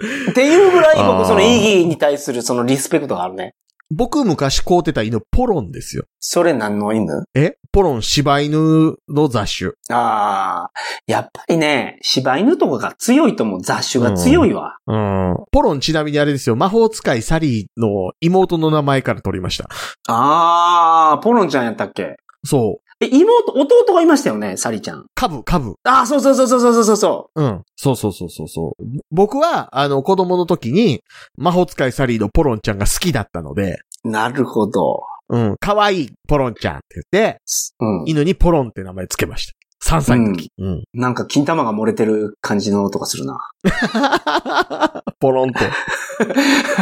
B: う。っていうぐらい、
A: あー
B: 僕、その意義に対するそのリスペクトがあるね。
A: 僕昔飼うてた犬、ポロンですよ。
B: それ何の犬
A: えポロン、柴犬の雑種。
B: ああ、やっぱりね、柴犬とかが強いと思う。雑種が強いわ。
A: うん。ポロンちなみにあれですよ、魔法使いサリーの妹の名前から取りました。
B: ああ、ポロンちゃんやったっけ
A: そう。
B: え、妹、弟がいましたよね、サリちゃん。
A: カブ、カブ。
B: ああ、そうそうそうそうそうそうそ
A: うん。そうそうそうそうそう。僕は、あの、子供の時に、魔法使いサリーのポロンちゃんが好きだったので、
B: う。なるほど。
A: うん。可愛いポロンちゃんって言って、
B: うん。
A: 犬にポロンって名前つけました。3歳の時。うん。
B: なんか金玉が漏れてる感じの音がするな。
A: ポロンと。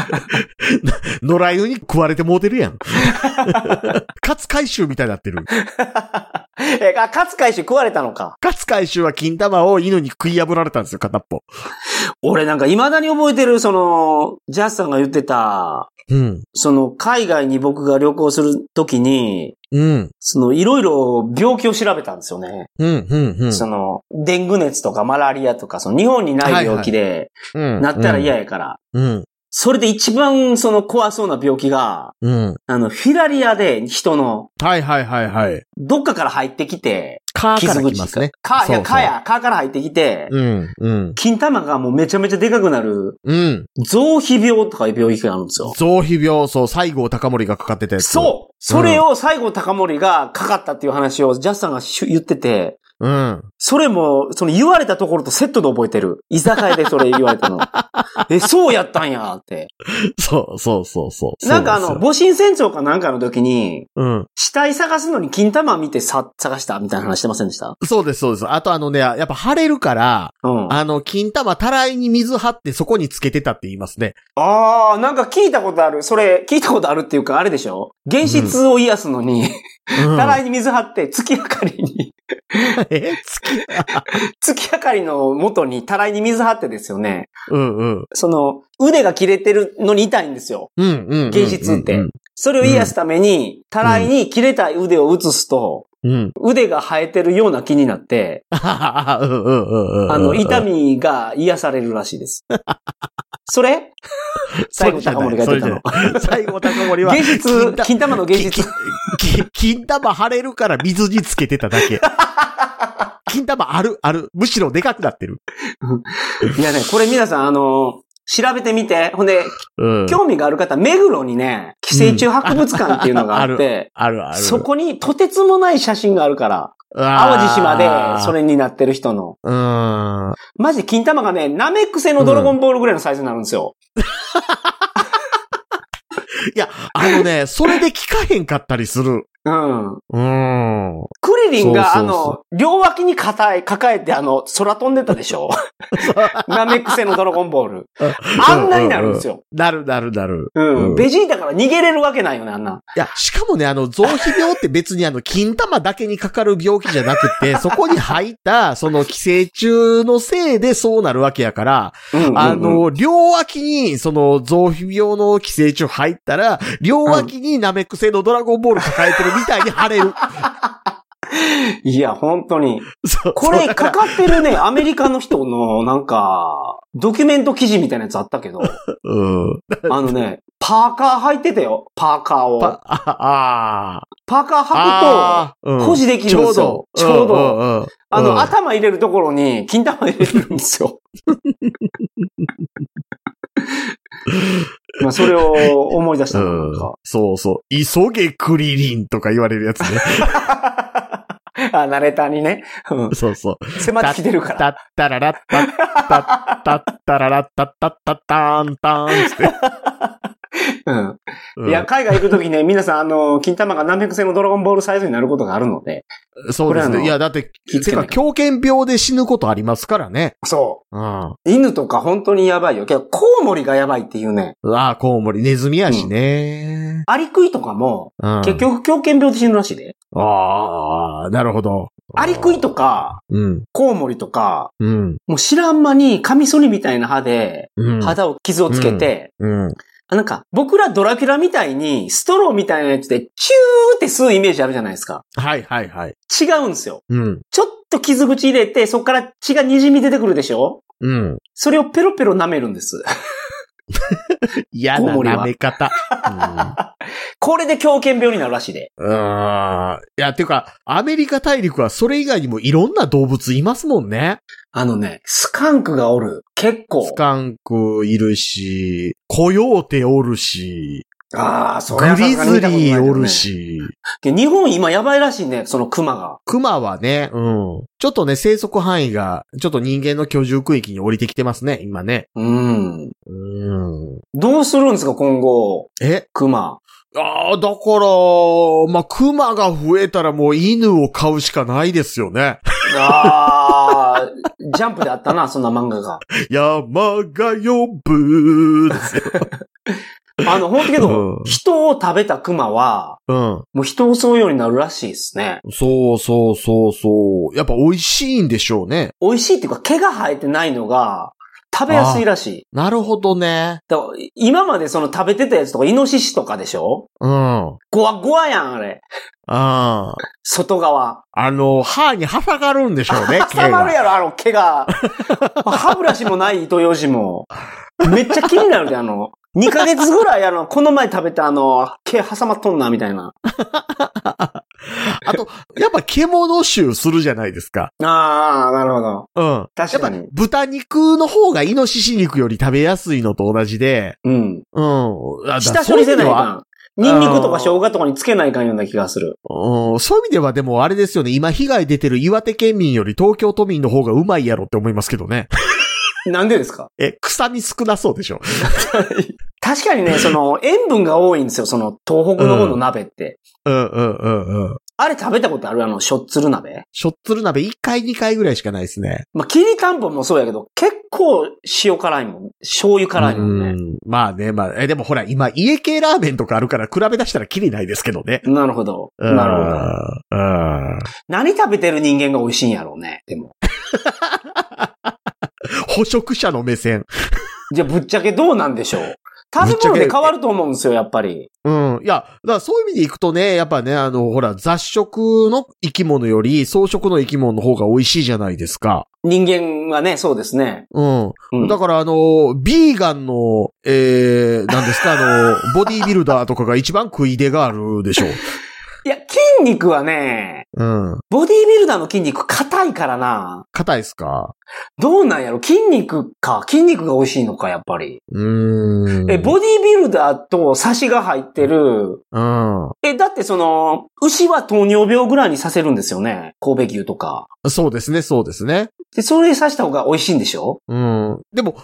A: 野良犬に食われてもうてるやん。 カツ回収みたいになってる。
B: え、あ、カツ回収食われたのか。
A: カツ回収は金玉を犬に食い破られたんですよ、片っぽ。
B: 俺なんか未だに覚えてる、その、ジャスさんが言ってた、
A: うん。
B: その、海外に僕が旅行するときに、
A: うん。
B: その、いろいろ病気を調べたんですよね。
A: うん、うん、うん。
B: その、デング熱とかマラリアとか、その、日本にない病気で、
A: うん
B: なったら嫌。やから。
A: うん。
B: それで一番その怖そうな病気が、
A: うん。
B: あの、フィラリアで人の、
A: はいはいはいはい。
B: どっかから入ってきて、
A: カーから
B: 傷
A: 来
B: 口
A: ますね。
B: か、い
A: そうそ
B: や、
A: う
B: かや、かから入ってきて、
A: うん、うん。
B: 金玉がもうめちゃめちゃでかくなる、
A: うん。
B: 臓皮病とかいう病気があるんですよ。
A: 増皮病、そう、西郷隆盛がかかってたやつ。
B: そうそれを西郷隆盛がかかったっていう話をジャスさんがしゅ言ってて、
A: うん。
B: それも、その言われたところとセットで覚えてる。居酒屋でそれ言われ たの。え、そうやったんやって。
A: そうそうそうそう。
B: なんかあの、
A: そうで
B: 戊辰戦争かなんかの時に、
A: すようん。
B: 死体探すのに金玉見てさ、探したみたいな話してませんでした
A: そうです、そうです。あとあのね、やっぱ晴れるから、
B: うん。あ
A: あの、金玉たらいに水張ってそこにつけてたって言いますね。
B: あー、なんか聞いたことある。それ、聞いたことあるっていうか、あれでしょ原質を癒すのに、
A: うん
B: たらいに水張って、月明かりに、
A: え
B: 月明かりの元にたらいに水張ってですよね。
A: うんうん。
B: その、腕が切れてるのに痛いんですよ。
A: うんうんうん。
B: 芸術って
A: うん
B: それを癒すために、たらいに切れた腕を移すと、
A: うん。
B: 腕が生えてるような気になって、
A: あはははうんうんうんうん。
B: あの、痛みが癒されるらしい です。それ最後、高森が言ってたの。
A: の。最後、高森は。
B: 芸術
A: 金、玉
B: 金玉の芸術。
A: き 金玉腫れるから水につけてただ け。金玉ある、ある。むしろでかくなってる。
B: いやね、これ皆さん、あの、調べてみて。ほんで、
A: うん。
B: 興味がある方、目黒にね、寄生虫博物館っていうのがあって、
A: あるある。
B: そこにとてつもない写真があるから、
A: あー、
B: 淡路島でそれになってる人の。
A: うん。あ
B: マジで金玉がね、ナメック星のドラゴンボールぐらいのサイズになるんですよ。
A: のね、それで聞かへんかったりする。
B: うん。
A: うん。
B: クリリンが、
A: そ
B: あ
A: うそうそう
B: の、両脇に抱え、抱えて、あの、空飛んでたで しょナメック星のドラゴンボール。あんなになるんですよ。
A: なるなるなる。
B: う。
A: うんん
B: ベジータから逃げれるわけないよね、あんな。
A: いや、しかもね、あの、臓皮病って別にあの、金玉だけにかかる病気じゃなくて、そこに入った、その寄生虫のせいでそうなるわけやから、
B: うんうんうん
A: あ、の、両脇に、その、臓皮病の寄生虫入ったら、両脇にナメック星のドラゴンボール抱えてるみたいに腫れる。
B: いや、本当に。
A: そう
B: こ
A: そう
B: れ、
A: だ
B: からかってるね、 アメリカの人の、なんか、ドキュメント記事みたいなやつあったけ ど、あ
A: うん。
B: のね、パーカー履いてたよ、パーカーを。
A: パ、ああ
B: パーカー
A: ー。
B: 履く
A: あー、
B: と、
A: う
B: 保
A: ん
B: 持でき
A: ち
B: る
A: ょ
B: んで
A: う
B: すよ
A: ど。。
B: ちょうど。
A: んんん
B: あの、
A: うん
B: 頭入れるところに、金玉入れるんです よ。まあ、それを思い出したのなんか。
A: そうそう。急げクリリンとか言われるや つね。
B: あ、慣れたにね。うん
A: そうそう。
B: 迫ってきてるから。
A: たったららったったったったららったったったたーんたーんつって。
B: うん
A: うん
B: いや、海外行くときね、 皆さん、あの、金玉が何百戦のドラゴンボールサイズになることがあるので。
A: そうです
B: これあの
A: ね。いや、だって
B: 気を、つけ
A: て
B: ない
A: か、狂犬病で死ぬことありますからね。
B: そ
A: うん。あ
B: う。犬とか本当にやばいよ。けど、コウモリがやばいっていうね。
A: あ、コウモリ、ネズミやしね。
B: アリクイとかも、
A: うん。
B: 結。局狂犬病で死ぬらしいで。
A: ああ、なるほど。
B: アリクイとか、
A: うん。
B: コウモリとか、
A: うん。
B: もう知らん間にカミソリみたいな歯で、
A: うん。
B: 肌を傷をつけて、
A: うん。
B: なんか、僕らドラキュラみたいに、ストローみたいなやつで、チューって吸うイメージあるじゃないですか。
A: はいはいはい。
B: 違うんですよ。
A: うん。
B: ちょっと傷口入れて、そこから血が滲み出てくるでしょ
A: うん。
B: それをペロペロ舐めるんです。
A: 嫌
B: コウ
A: な
B: モリは
A: 舐め方。うん
B: これで狂犬病になるらしいで。
A: うん。 いや、ていうか、アメリカ大陸はそれ以外にもいろんな動物いますもんね。
B: あのね、スカンクがおる。結構
A: ス。カンクいるし、コヨーテおるし、
B: ああ、そ
A: グ
B: れは
A: リ
B: さすがに
A: ズ
B: 見たことないけ
A: リー
B: どね
A: おる。し、
B: けど日本今やばいらしいね、そのクマが。
A: クマはね、うん。ちょっとね、生息範囲が、ちょっと人間の居住区域に降りてきてますね、今ね。
B: うん。
A: うん。
B: どうするんですか、今後。
A: え
B: クマ。
A: ああ、だから、まあ、クマが増えたらもう犬を飼うしかないですよね。
B: ああ、ジャンプであったな、 そんな漫画が。
A: 山が呼ぶ。
B: あの、ほんとけど、
A: うん
B: 人を食べたクマは、
A: うん。
B: もう人を襲うようになるらしいですね。
A: そうそうそうそう。やっぱ美味しいんでしょうね。
B: 美味しいっていうか、毛が生えてないのが、食べやすいらしい。
A: なるほどね。
B: だから今までその食べてたやつとか、イノシシとかでしょ
A: うん。あ
B: ゴワゴワやん、あれ。
A: あ。
B: 外側。
A: あの、歯に挟がるんでしょうね、
B: 挟まる
A: や
B: やろ、あの毛が。 歯ブラシもない、糸ようじも。めっちゃ気になるで、あの。2ヶ月ぐらい、あの、この前食べたあの、毛挟まっとんな、みたいな。
A: あと、やっぱ獣臭するじゃないですか。
B: ああ、なるほど。
A: うん。
B: 確かに
A: やっぱ豚肉の方がイノシシ肉より食べやすいのと同じで、
B: うん。
A: うん。あだ
B: 下処
A: そういう
B: 理せないか
A: 意味では
B: ん。ニンニクとか生姜とかにつけないかんような気がする。
A: うんそういう意味ではでもあれですよね。今被害出てる岩手県民より東京都民の方がうまいやろって思いますけどね。
B: なんでですか
A: え、臭み少なそうでしょ。
B: 確かにね、その、塩分が多いんですよ、その、東北の方の鍋って。
A: うんうんうんうん。
B: あれ食べたことあるあの、しょっつる鍋
A: しょっつる鍋1回2回ぐらいしかないですね。
B: まあ、きりたんぽんもそうやけど、結構塩辛いもん。醤油辛いもんね。
A: うんまあね、まあ、え、でもほら、今、家系ラーメンとかあるから比べ出したらキリないですけどね。
B: なるほど。
A: うん
B: なるほど。
A: うん。
B: 何食べてる人間が美味しいんやろうね。でも。
A: 捕食者の目線。
B: じゃあ、ぶっちゃけどうなんでしょう食べ物で変わると思うんですよ、やっぱり。
A: うん。いや、だからそういう意味でいくとね、やっぱね、あの、ほら、雑食の生き物より草食の生き物の方が美味しいじゃないですか。
B: 人間はね、そうですね。
A: うん。
B: うん
A: だからあの、ビーガンの、えー、なんですか、 あの、ボディービルダーとかが一番食い出があるでしょ
B: いや、筋肉はね、
A: う。うん。
B: ボディービルダーの筋肉硬いからな。
A: 硬いっすか
B: どうなんやろ筋肉か。筋肉が美味しいのか、やっぱり。
A: うーん。
B: え、ボディービルダーとサシが入ってる。
A: うん。
B: え、だってその、牛は糖尿病ぐらいにさせるんですよね。神戸牛とか。
A: そうですね、そうですね。
B: で、それさした方が美味しいんでしょ
A: うん。でも、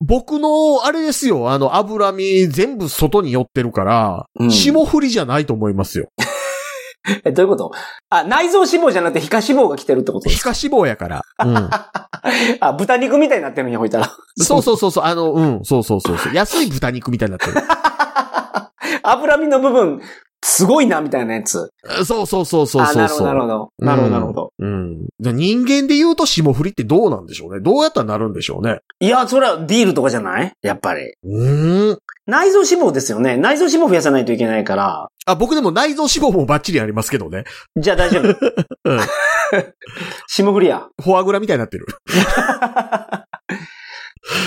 A: 僕の、あれですよ、あの、脂身全部外に寄ってるから、
B: うん
A: 霜降りじゃないと思いますよ。
B: え、どういうことあ、内臓脂肪じゃなくて皮下脂肪が来てるってことで
A: 皮
B: す
A: 下脂肪やから。 うん。
B: あ、豚肉みたいになってるんや、ほいた ら。
A: そうそうそうそう、あの、うん、そうそうそうそう。安い豚肉みたいになってる。
B: 脂身の部分、すごいな、みたいなやつ。
A: そうそうそうそうそうそう。
B: あ、なるほど、なるほど。なるほど、なるほど。
A: うん。じゃあ人間で言うと霜降りってどうなんでしょうね。どうやったらなるんでしょうね。
B: いや、それはディールとかじゃないやっぱり。
A: うーん。
B: 内臓脂肪ですよね。内臓脂肪増やさないといけないから。
A: あ、僕でも内臓脂肪もバッチリありますけどね。
B: じゃあ大丈夫。
A: うん。
B: 霜降りや。
A: フォアグラみたいになってる。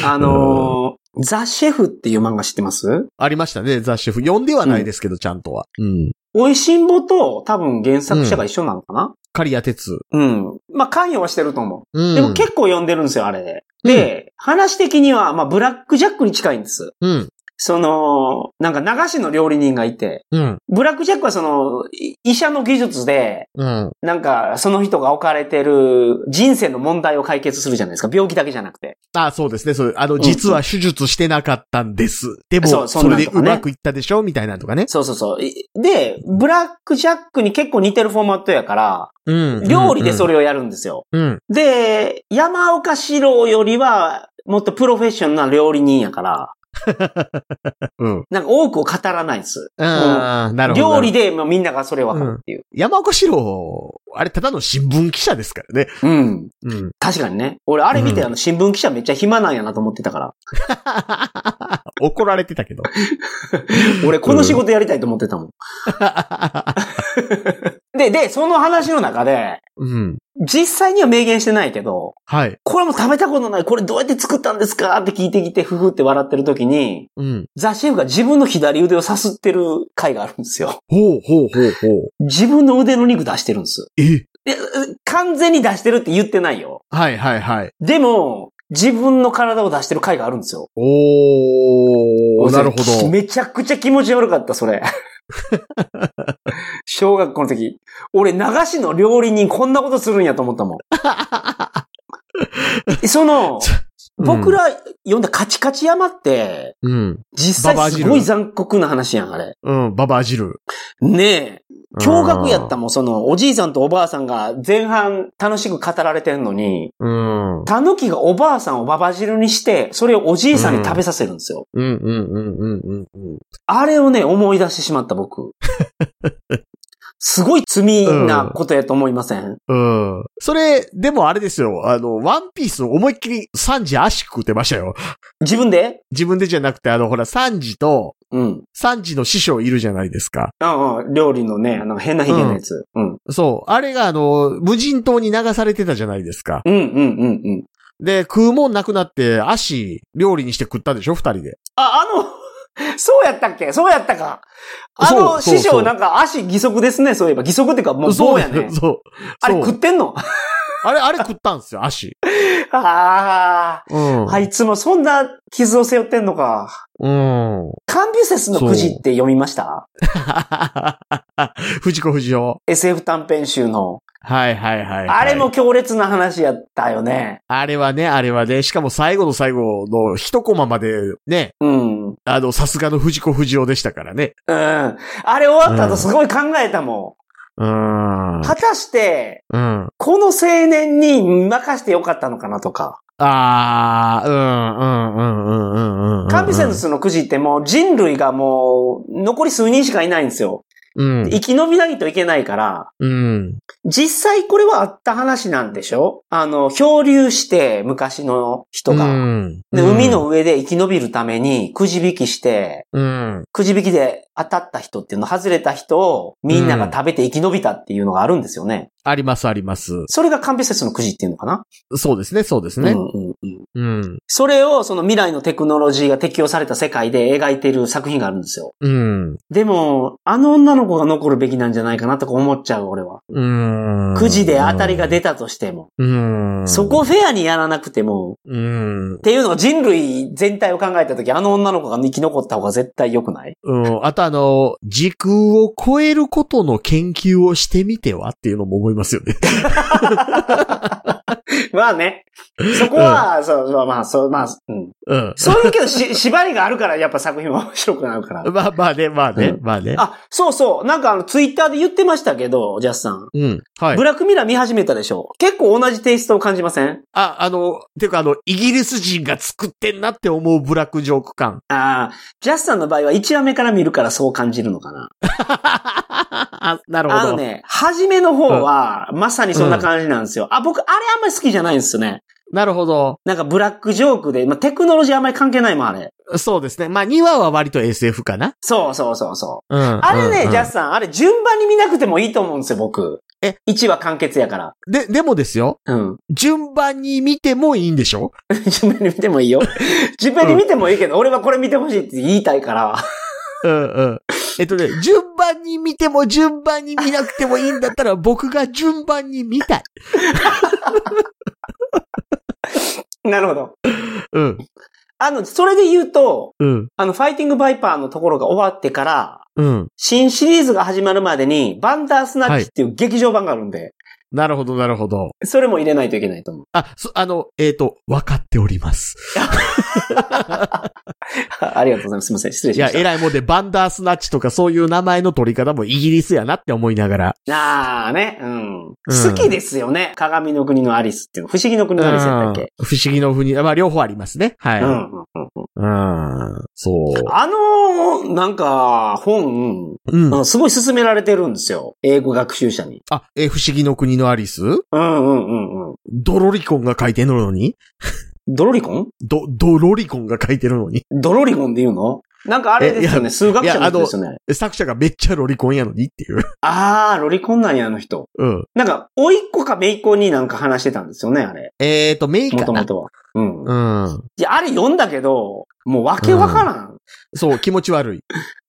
B: あのーザ・シェフっていう漫画知ってます
A: ありましたね、雑誌。読んではないですけど、ちゃんとは。うん。
B: 美味しんぼと多分原作者が一緒なのかな、
A: 刈谷鉄。
B: うん、まあ、関与はしてると思
A: う
B: う。
A: ん。
B: でも結構読んでるんですよ、あれで。で、話的には、まあ、ブラックジャックに近いんです。
A: うん。
B: その、なんか流しの料理人がいて、
A: うん。
B: ブラックジャックはその、い医者の技術で、
A: うん。
B: なんか、その人が置かれてる人生の問題を解決するじゃないですか。病気だけじゃなくて。
A: あ、そうですね。そう、あの、
B: ん
A: 実は手術してなかったんです。で
B: そ
A: も、
B: うそ
A: そ
B: んな
A: れ
B: んとかね
A: でうまくいったでしょみたいなのとかね。
B: そうそうそう。いで、ブラックジャックに結構似てるフォーマットやから、
A: うん
B: 料理でそ
A: れ。
B: れをやるんですよ。
A: うん。
B: で、山岡四郎よりは、もっとプロフェッショナルな料理人やから、
A: うん。
B: なんか多くを語らないです。
A: ああ、なるほど。
B: 料理でまあみんながそれ分かるっていう。
A: 山岡四郎、あれ、ただの新聞記者ですからね。
B: うん。
A: うん。
B: 確かにね。俺、あれ見て、
A: うん
B: あの、新聞記者めっちゃ暇なんやなと思って たから。
A: 怒られてたけど。
B: 俺、この仕事やりたいと思ってたもん。で、で、その話の中で、
A: うん。
B: 実際には明言してないけど、
A: はい。
B: これも食べたことない、これどうやって作ったんですかって聞いてきて、ふふって笑ってる時に、
A: うん。
B: ザ・シェフが自分の左腕をさすってる回があるんですよ。
A: ほうほうほうほう。
B: 自分の腕の肉出してるんです。
A: え
B: で完全に出してるって言ってないよ。
A: はいはいはい。
B: でも、自分の体を出してる回があるんですよ。
A: おー、なるほ
B: 俺
A: ど。
B: めちゃくちゃ気持ち悪かった、そ れ。小学校の時。俺、流しの料理人こんなことするんやと思っ たもん。その、僕ら読んだカチカチ山って、
A: うん、
B: 実
A: ババア
B: 際
A: 汁
B: すごい残酷な話やん、あれ。
A: うん。うん、ババア汁。
B: ねえ。驚愕やった
A: もん。
B: もん、その、おじいさんとおばあさんが前半楽しく語られてんのに、
A: うん。うん、
B: タヌキがおばあさんをババ汁にして、それをおじいさんに食べさせるんですよ。
A: うん、うん、うん、うん、うん。
B: あれをね、思い出してしまっ た僕。すごい罪なことやと思いません、
A: うん。それ、でもあれですよ。あの、ワンピース思いっきりサンジ足食ってましたよ。
B: 自分で
A: 自分でじゃなくて、あの、ほら、サンジと、
B: うん。
A: サンジの師匠いるじゃないですか。
B: うんうん。料理のね、なんか変なヒゲのやつ。うん。
A: そう。あれが、あの、無人島に流されてたじゃないですか。
B: うんうんうんうん。
A: で、食うもんなくなって、足、料理にして食ったでしょ二人で。
B: あ、あの、 そうやったっけそうやったか。あの、
A: そうそうそう
B: 師匠なんか足義足ですね、そういえば。義足っていうかも う
A: そ
B: 棒
A: う
B: やね。
A: そう。
B: あれ
A: そう
B: 食ってんの
A: あれ、あれ食ったんですよ、足。
B: あ
A: うん。
B: あ。あいつもそんな傷を背負ってんのか。
A: うん。
B: カンビュセスのくじって読みました
A: 藤子不二雄。
B: ?SF 短編集の。
A: はいはいはい、はい。
B: あれも。強烈な話やったよね。
A: あれはね、あれはね、しかも最後の最後の一コマまでね、
B: うん。うん。
A: あの、さすがの藤子不二雄でしたからね。
B: あれ終わった後すごい考えたも
A: うーん
B: ん。。果たして、
A: うん。
B: この青年に任してよかったのかなとか。
A: あー、うん、うん、うん、うん、うんうん。
B: カンビュセスのくじってもう人類がもう残り数人しかいないんですよ。
A: うん。
B: 生き延びないといけないから、
A: うん。
B: 実際これはあった話なんでしょあの、漂流して昔の人が。
A: うん。
B: で、海の上で生き延びるためにくじ引きして、
A: うん。
B: くじ引きで当たった人っていうの、外れた人をみんなが食べて生き延びたっていうのがあるんですよね。
A: あります、あります。
B: それがカンビセスのくじっていうのかな
A: そうですね、そうですね
B: うん。うんう
A: う
B: ん。
A: ん。
B: それをその未来のテクノロジーが適用された世界で描いている作品があるんですよ。
A: うん。
B: でも、あの女の子が残るべきなんじゃないかなとか思っちゃう、俺は。
A: うん。
B: くじで当たりが出たとしても。
A: うん。
B: そこをフェアにやらなくても、
A: うん
B: っ。ていうのを人類全体を考えたとき、あの女の子が生き残った方が絶対良くない
A: うん。あとあの、時空を超えることの研究をしてみてはっていうのも思いますよね。
B: まあね。そこは、そう、まあまあ、そう、まあ、うん。
A: うん。
B: そういうけど、し、縛りがあるから、やっぱ作品は面白くなるから。
A: まあまあね、まあね、
B: うん
A: まあね。
B: あ、そうそう。なんかあの、ツイッターで言ってましたけど、ジャスさん。
A: うん。はい
B: ブ。ラックミラー見始めたでしょ結構同じテイストを感じません
A: あ、あの、ていうかあの、イギリス人が作ってんなって思うブラックジョーク感。
B: ああ、ジャスさんの場合は1話目から見るからそう感じるのかな。
A: あなるほど。
B: あのね、初めの方は、まさにそんな感じなんですよ。あ、僕、あれあんまり好きじゃないんですよね。
A: なるほど。
B: なんかブラックジョークで、まあ、テクノロジーあんまり関係ないもん、あれ。
A: そうですね。まあ2話は割と SF かな。
B: そうそうそうそう。
A: うん。
B: あれね、
A: うん
B: ジャスさん、あれ順番に見なくてもいいと思うんですよ、僕。
A: え
B: ?1 話完結やから。
A: で、でもですよ。
B: うん。順
A: 順番に見てもいいんでしょ
B: 番に見ても いいよ。順番に見てもいいけど、俺はこれ見てほしいって言いたいから。
A: うんうん。えっとね、順番に見ても順番に見なくてもいいんだったら 僕が順番に見たい。
B: なるほど。
A: うん。
B: あの、それで言うと、
A: うん。
B: あの、ファイティングバイパーのところが終わってから、
A: うん。
B: 新シリーズが始まるまでに、バンダースナッチっていう劇場版があるんで、
A: なるほど、なるほど。
B: それも入れないといけないと思う。
A: あ、そ、あの、えっ、と、わかっております。
B: ありがとうございます。すみません。失礼
A: い
B: しま
A: や、
B: した。
A: 偉いもんで、バンダースナッチとかそういう名前の取り方もイギリスやなって思いながら。
B: あーね、うん。好きですよね。鏡の国のアリスっていうの。不思議の国のアリスやったっけ。
A: うん不思議のふに、まあ、両方ありますね。はい。
B: うんうんうんうん
A: うん。そう。
B: あのーなんか、本、
A: うん
B: う。んすごい勧められてるんですよ。英語学習者に。
A: あ、え、不思議の国のアリス
B: うんうんうんうん。
A: ドロリコンが書いてるのに
B: ドロリコン
A: ド、ドロリコンが書いてるのに
B: ドロリコンで言うのなんかあれですよ
A: えい
B: ね。数学者
A: いや
B: の
A: あ
B: 人
A: の
B: ですよね。
A: 作者がめっちゃロリコンやのにっていう。
B: あー、ロリコンなんや、あの人。
A: うん。
B: なんか、甥いっ子か姪っ子になんか話してたんですよね、あれ。
A: えーと、メイ
B: も
A: か
B: と
A: な
B: も。とは。うん。い
A: うん。
B: や、あれ読んだけど、もうわけわからん。
A: そう、気持ち悪い。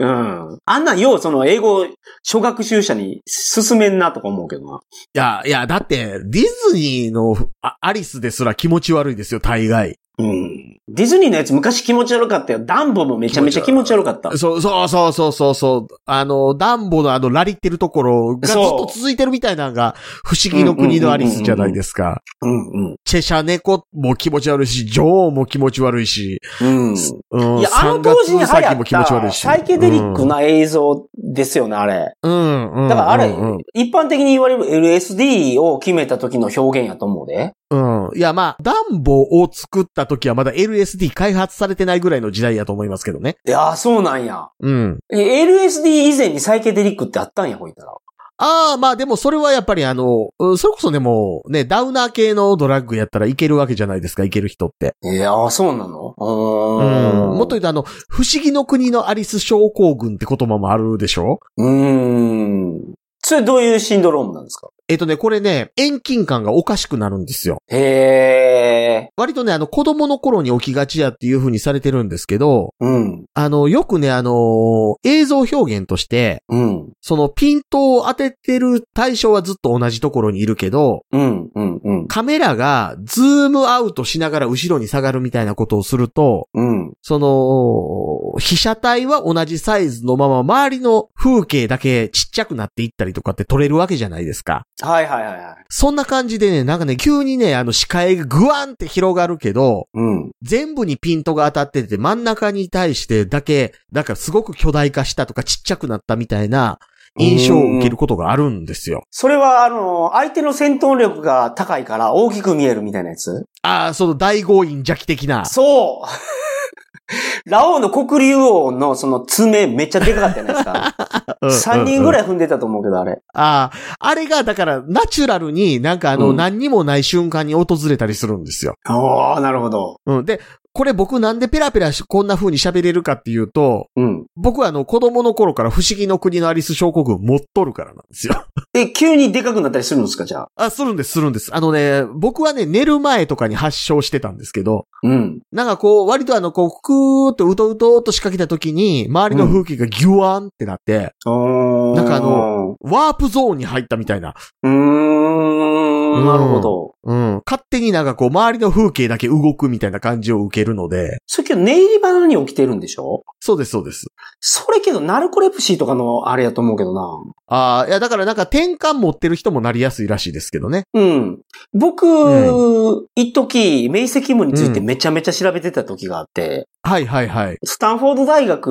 B: うん。あんなんよう、その英語、初学習者に進めんなとか思うけどな。
A: いや、いや、だって、ディズニーのあアリスですら気持ち悪いですよ、大概。
B: うん。ディズニーのやつ昔気持ち悪かったよ。ダンボもめちゃめちゃ気持ち悪かった。
A: そう、そうそうそうそうそう。あの、ダンボのあの、ラリってるところがずっ
B: そう
A: と続いてるみたいなのが、不思議の国のアリスじゃないですか。
B: うんうん。
A: チェシャ猫も気持ち悪いし、女王も気持ち悪いし、
B: うん。
A: うん、
B: いや、あの当時に流
A: 三月ウサギ
B: 行った、サイケデリックな映像ですよね、あれ。
A: うん、うん、うん
B: だからあれ、
A: うん、
B: 一般的に言われる LSD を決めた時の表現やと思うで。
A: うん。いや、まあ、ダンボを作った時はまだ LSD 開発されてないぐらいの時代やと思いますけどね。
B: いやー、そうなんや。
A: うん。
B: え LSD 以前にサイケデリックってあったんや、ほいたら。
A: ああ、まあでもそれはやっぱりあの、うんそれこそでも、ね、ダウナー系のドラッグやったらいけるわけじゃないですか、いける人って。
B: えー、あー、そうなのうー。
A: うんんもっと言うとあの、不思議の国のアリス症候群って言葉もあるでしょ
B: うーん。それどういうシンドロームなんですか
A: えっとね、これね、遠近感がおかしくなるんですよ。
B: へえ。
A: 割とね、あの、子供の頃に起きがちやっていう風にされてるんですけど、
B: うん。
A: あの、よくね、あのー映像表現として、
B: うん。
A: そのピントを当ててる対象はずっと同じところにいるけど、
B: うん。うん。うん。
A: カメラがズームアウトしながら後ろに下がるみたいなことをすると、
B: うん。
A: その、被写体は同じサイズのまま周りの風景だけちっちゃくなっていったりとかって撮れるわけじゃないですか。
B: はいはいはいはい。
A: そんな感じでね、なんかね、急にね、あの視界がグワンって広がるけど、
B: うん。
A: 全部にピントが当たってて真ん中に対してだけ、なんかすごく巨大化したとかちっちゃくなったみたいな印象を受けることがあるんですよ。
B: それは、あの、相手の戦闘力が高いから大きく見えるみたいなやつ
A: ああ、その大強引邪気的な。
B: そう ラオウの黒竜王のその爪めっちゃでかかったじゃないですか。3人ぐ
A: い。
B: らい踏んでたと思うけど、あれ。
A: ああ、あれがだからナチュラルになんかあの、
B: うん
A: 何にもない瞬間に訪れたりするんですよ。
B: ああ、なるほど。
A: うん。で、これ僕なんでペラペラしこんな風に喋れるかっていうと、
B: うん。
A: 僕はあの子供の頃から不思議の国のアリス症候群持っとるからなんですよ。
B: え、急にでかくなったりするんですか、じゃあ。
A: あ、するんです、するんです。あのね、僕はね、寝る前とかに発症してたんですけど、
B: うん。
A: なんかこう、割とあの、こう、くーっとうとうとうと仕掛けた時に、周りの風景がギュワーンってなって、
B: おー
A: なんかあの、ワープゾーンに入ったみたいな。
B: うーん、なるほど。
A: うん。勝手になんかこう、周りの風景だけ動くみたいな感じを受けるので、
B: それけど、寝入り花に起きてるんでしょ
A: そうです、そうです。
B: それけど、ナルコレプシーとかのあれやと思うけどな。
A: ああ、いや、だからなんか転換持ってる人もなりやすいらしいですけどね。
B: うん。僕、
A: う
B: 一時、明晰夢についてめちゃめちゃ調べてた時があって、
A: はい、はい、はい。
B: スタンフォード大学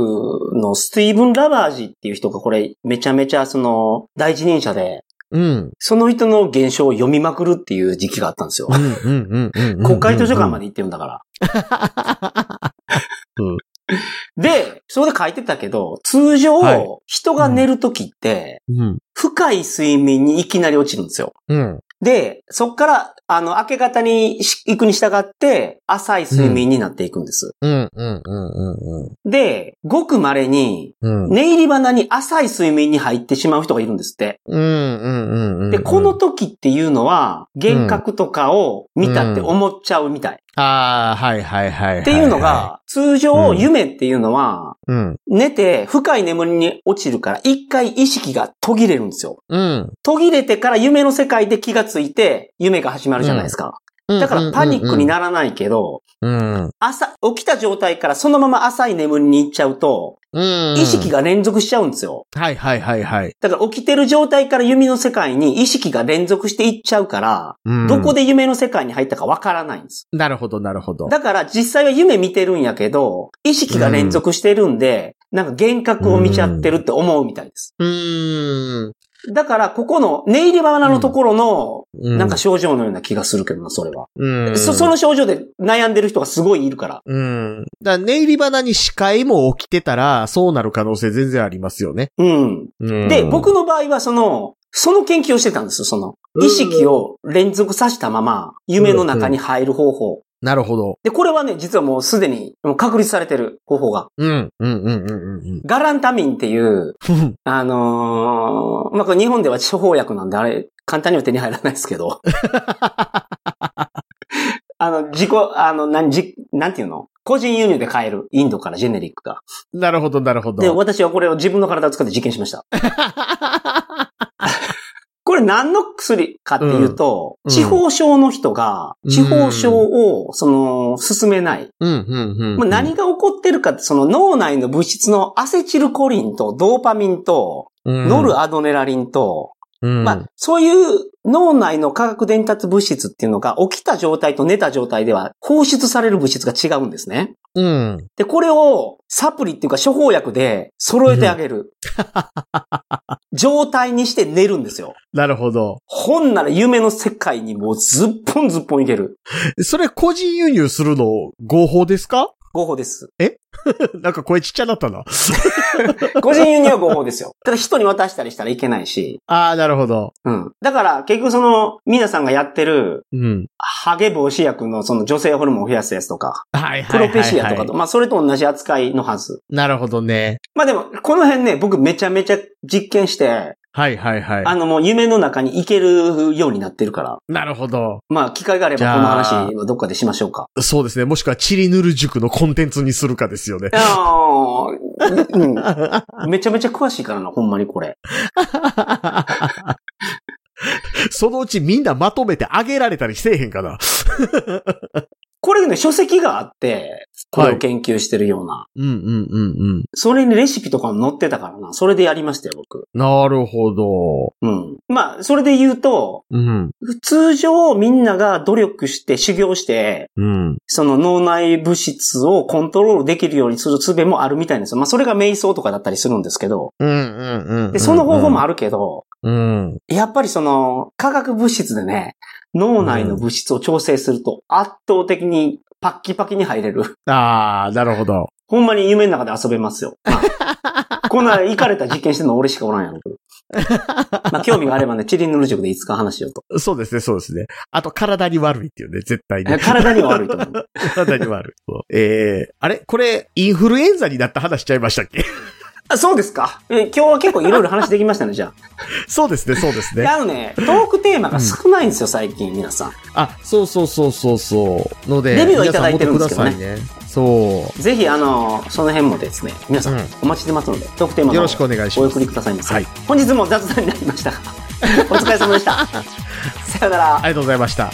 B: のスティーブン・ラバージっていう人がこれ、めちゃめちゃその、第一人者で、
A: うん。
B: その人の現象を読みまくるっていう時期があったんですよ
A: う。ん、うん、うんうん。
B: 国会図書館ま
A: で。
B: で行ってるんだから。
A: うん
B: で、そこで書いてたけど、通常、
A: はい
B: 人が寝るときって、
A: うん。
B: 深い睡眠にいきなり落ちるんですよ。
A: うん。
B: で、そっから、あの、明け方にし行くに従って、浅い睡眠になっていくんです。
A: うん、うん、うん、
B: で、ごく稀に、
A: うん。
B: 寝入り花に浅い睡眠に入ってしまう人がいるんですって。
A: うん、うん、うん、うん。
B: で、この、時っていうのは、幻覚とかを見たって思っちゃうみたい。
A: ああ、はい、はい、はい。
B: っていうの、が、通常
A: うん
B: 夢っていうのは、
A: うん。
B: 寝て深い眠りに落ちるから、一回意識が途切れるんですよ。
A: うん。
B: 途切れてから夢の世界で気がついて、夢が始まるじゃないですか。だからパニックにならないけど、
A: うん。
B: 朝、起きた状態からそのまま浅い眠りに行っちゃうと、
A: うん。
B: 意識が連続しちゃうんですよ。
A: はいはいはいはい。
B: だから起きてる状態から夢の世界に意識が連続していっちゃうから、
A: うん
B: どこで夢の世界に入ったかわからないんです。
A: なるほどなるほど。
B: だから実際は夢見てるんやけど、意識が連続してるんで、なんか幻覚を見ちゃってるって思うみたいです。
A: うーん。
B: だから、ここの、ネイリバナのところの、
A: な
B: なんか、症状のような気がするけどな、それは。
A: うん。
B: そ、その症状で悩んでる人がすごいいるから。
A: うん。だからネイリバナに視界も起きてたら、そうなる可能性全然ありますよね。
B: うん。
A: うん
B: で、僕の場合はその、その研究をしてたんですよ、その。意識を連続させたまま、夢の中に入る方法。
A: なるほど。
B: で、これはね、実はもうすでにもう確立されてる方法が。
A: うん。うんうんうんうん
B: ガランタミンっていう、
A: うん。
B: あのーまあ、これ日本では処方薬なんで、あれ、簡単には手に入らないです けど。あの、自己、あの、なん、じ、なんていうの個人輸入で買える。インドからジェネリックが。
A: なるほどなるほど。
B: で、私はこれを自分の体を使って実験し ました。これ何の薬かっていうと、
A: うん
B: 地方症の人が、
A: うん
B: 地方症を、その、進めない。
A: うんうんうん。
B: まあ、何が起こってるかって、その脳内の物質のアセチルコリンとドーパミンと、ノルアドネラリンと、
A: うん、
B: まあ、そういう脳内の化学伝達物質っていうのが起きた状態と寝た状態では放出される物質が違うんですね。
A: うん。
B: で、これをサプリっていうか処方薬で揃えてあ げる。状態にして寝るんですよ。
A: なるほど。
B: ほんなら夢の世界にもうずっぽんずっぽんいける。
A: それ個人輸入するの合法ですか
B: 合法です。
A: えなんか声ちっちゃなったな。
B: 個人輸入は合法ですよ。 ただ人に渡したりしたらいけないし。
A: ああ、なるほど。
B: うん。だから、結局その、皆さんがやってる、
A: うん。
B: ハゲ防止薬のその女性ホルモンを増やすやつとか、
A: はいはいはい、はい。
B: プロペシアとかと、まあそれと同じ扱いのはず。
A: なるほどね。
B: まあでも、この辺ね、僕めちゃめちゃ実験して、
A: はいはいはい。
B: あのもう夢の中に行けるようになってるから、
A: なるほど。
B: まあ機会があれ
A: じゃあ
B: ばこの話はどっかでしましょうか。
A: そうですね。もしくは、チリヌル塾のコンテンツにするかですよ ね。
B: あーうん、めちゃめちゃ詳しいからな、ほんまにこれ。
A: そのうちみんなまとめてあげられたりせえへんかな。
B: これね、書籍があって、これを研究してるような。
A: うんうんうんうん。
B: それにレシピとかも載ってたからな。それでやりましたよ、僕。
A: なるほど。
B: うん。まあ、それで言うと、
A: うん。
B: 通常みんなが努力して修行して、
A: うん。
B: その脳内物質をコントロールできるようにする術もあるみたいなんですよ。まあ、それが瞑想とかだったりするんですけど、
A: うんうんうん。
B: で、その方法も
A: あ
B: あるけど、
A: る。うん。
B: やっぱりその、化学物質でね、脳内の物質を調整すると圧倒的にパッキパキに入れる。
A: ああ、なるほど。
B: ほんまに夢の中で遊べますよ。 はいこんな、行かれた実験してんの俺しかおらんや ろ。まあ、興味があればね、チリヌル塾でいつか話し ようと。
A: そうですね、そうですね。あと、体に悪いっていうね、絶対に
B: え。体には悪いと思う。
A: 体に悪い。そうえー、あれこれ、インフルエンザになった話しちゃいましたっけ
B: あ、そうですか。え今日は結構いろいろ話できましたね、じゃ
A: そうですね、そうです
B: あ。
A: ね。
B: あのね、トークテーマが少ないんですよ、最近、皆さん。
A: あ、そうそうそうそうそう。ので、
B: レビューはいただいてるんですけどね
A: 皆さんもっとくださいね。
B: ぜひ、あの、その辺もですね、皆さん
A: うん
B: お待ちしてますので、トークテー
A: そう。
B: マの
A: よ
B: 方
A: ろしくお願いし
B: お
A: ま
B: 送
A: す
B: り。くださいませ。
A: はい
B: 本日も雑談になりましたが、お疲れ様でした。さよなら
A: あ。りがとうございました。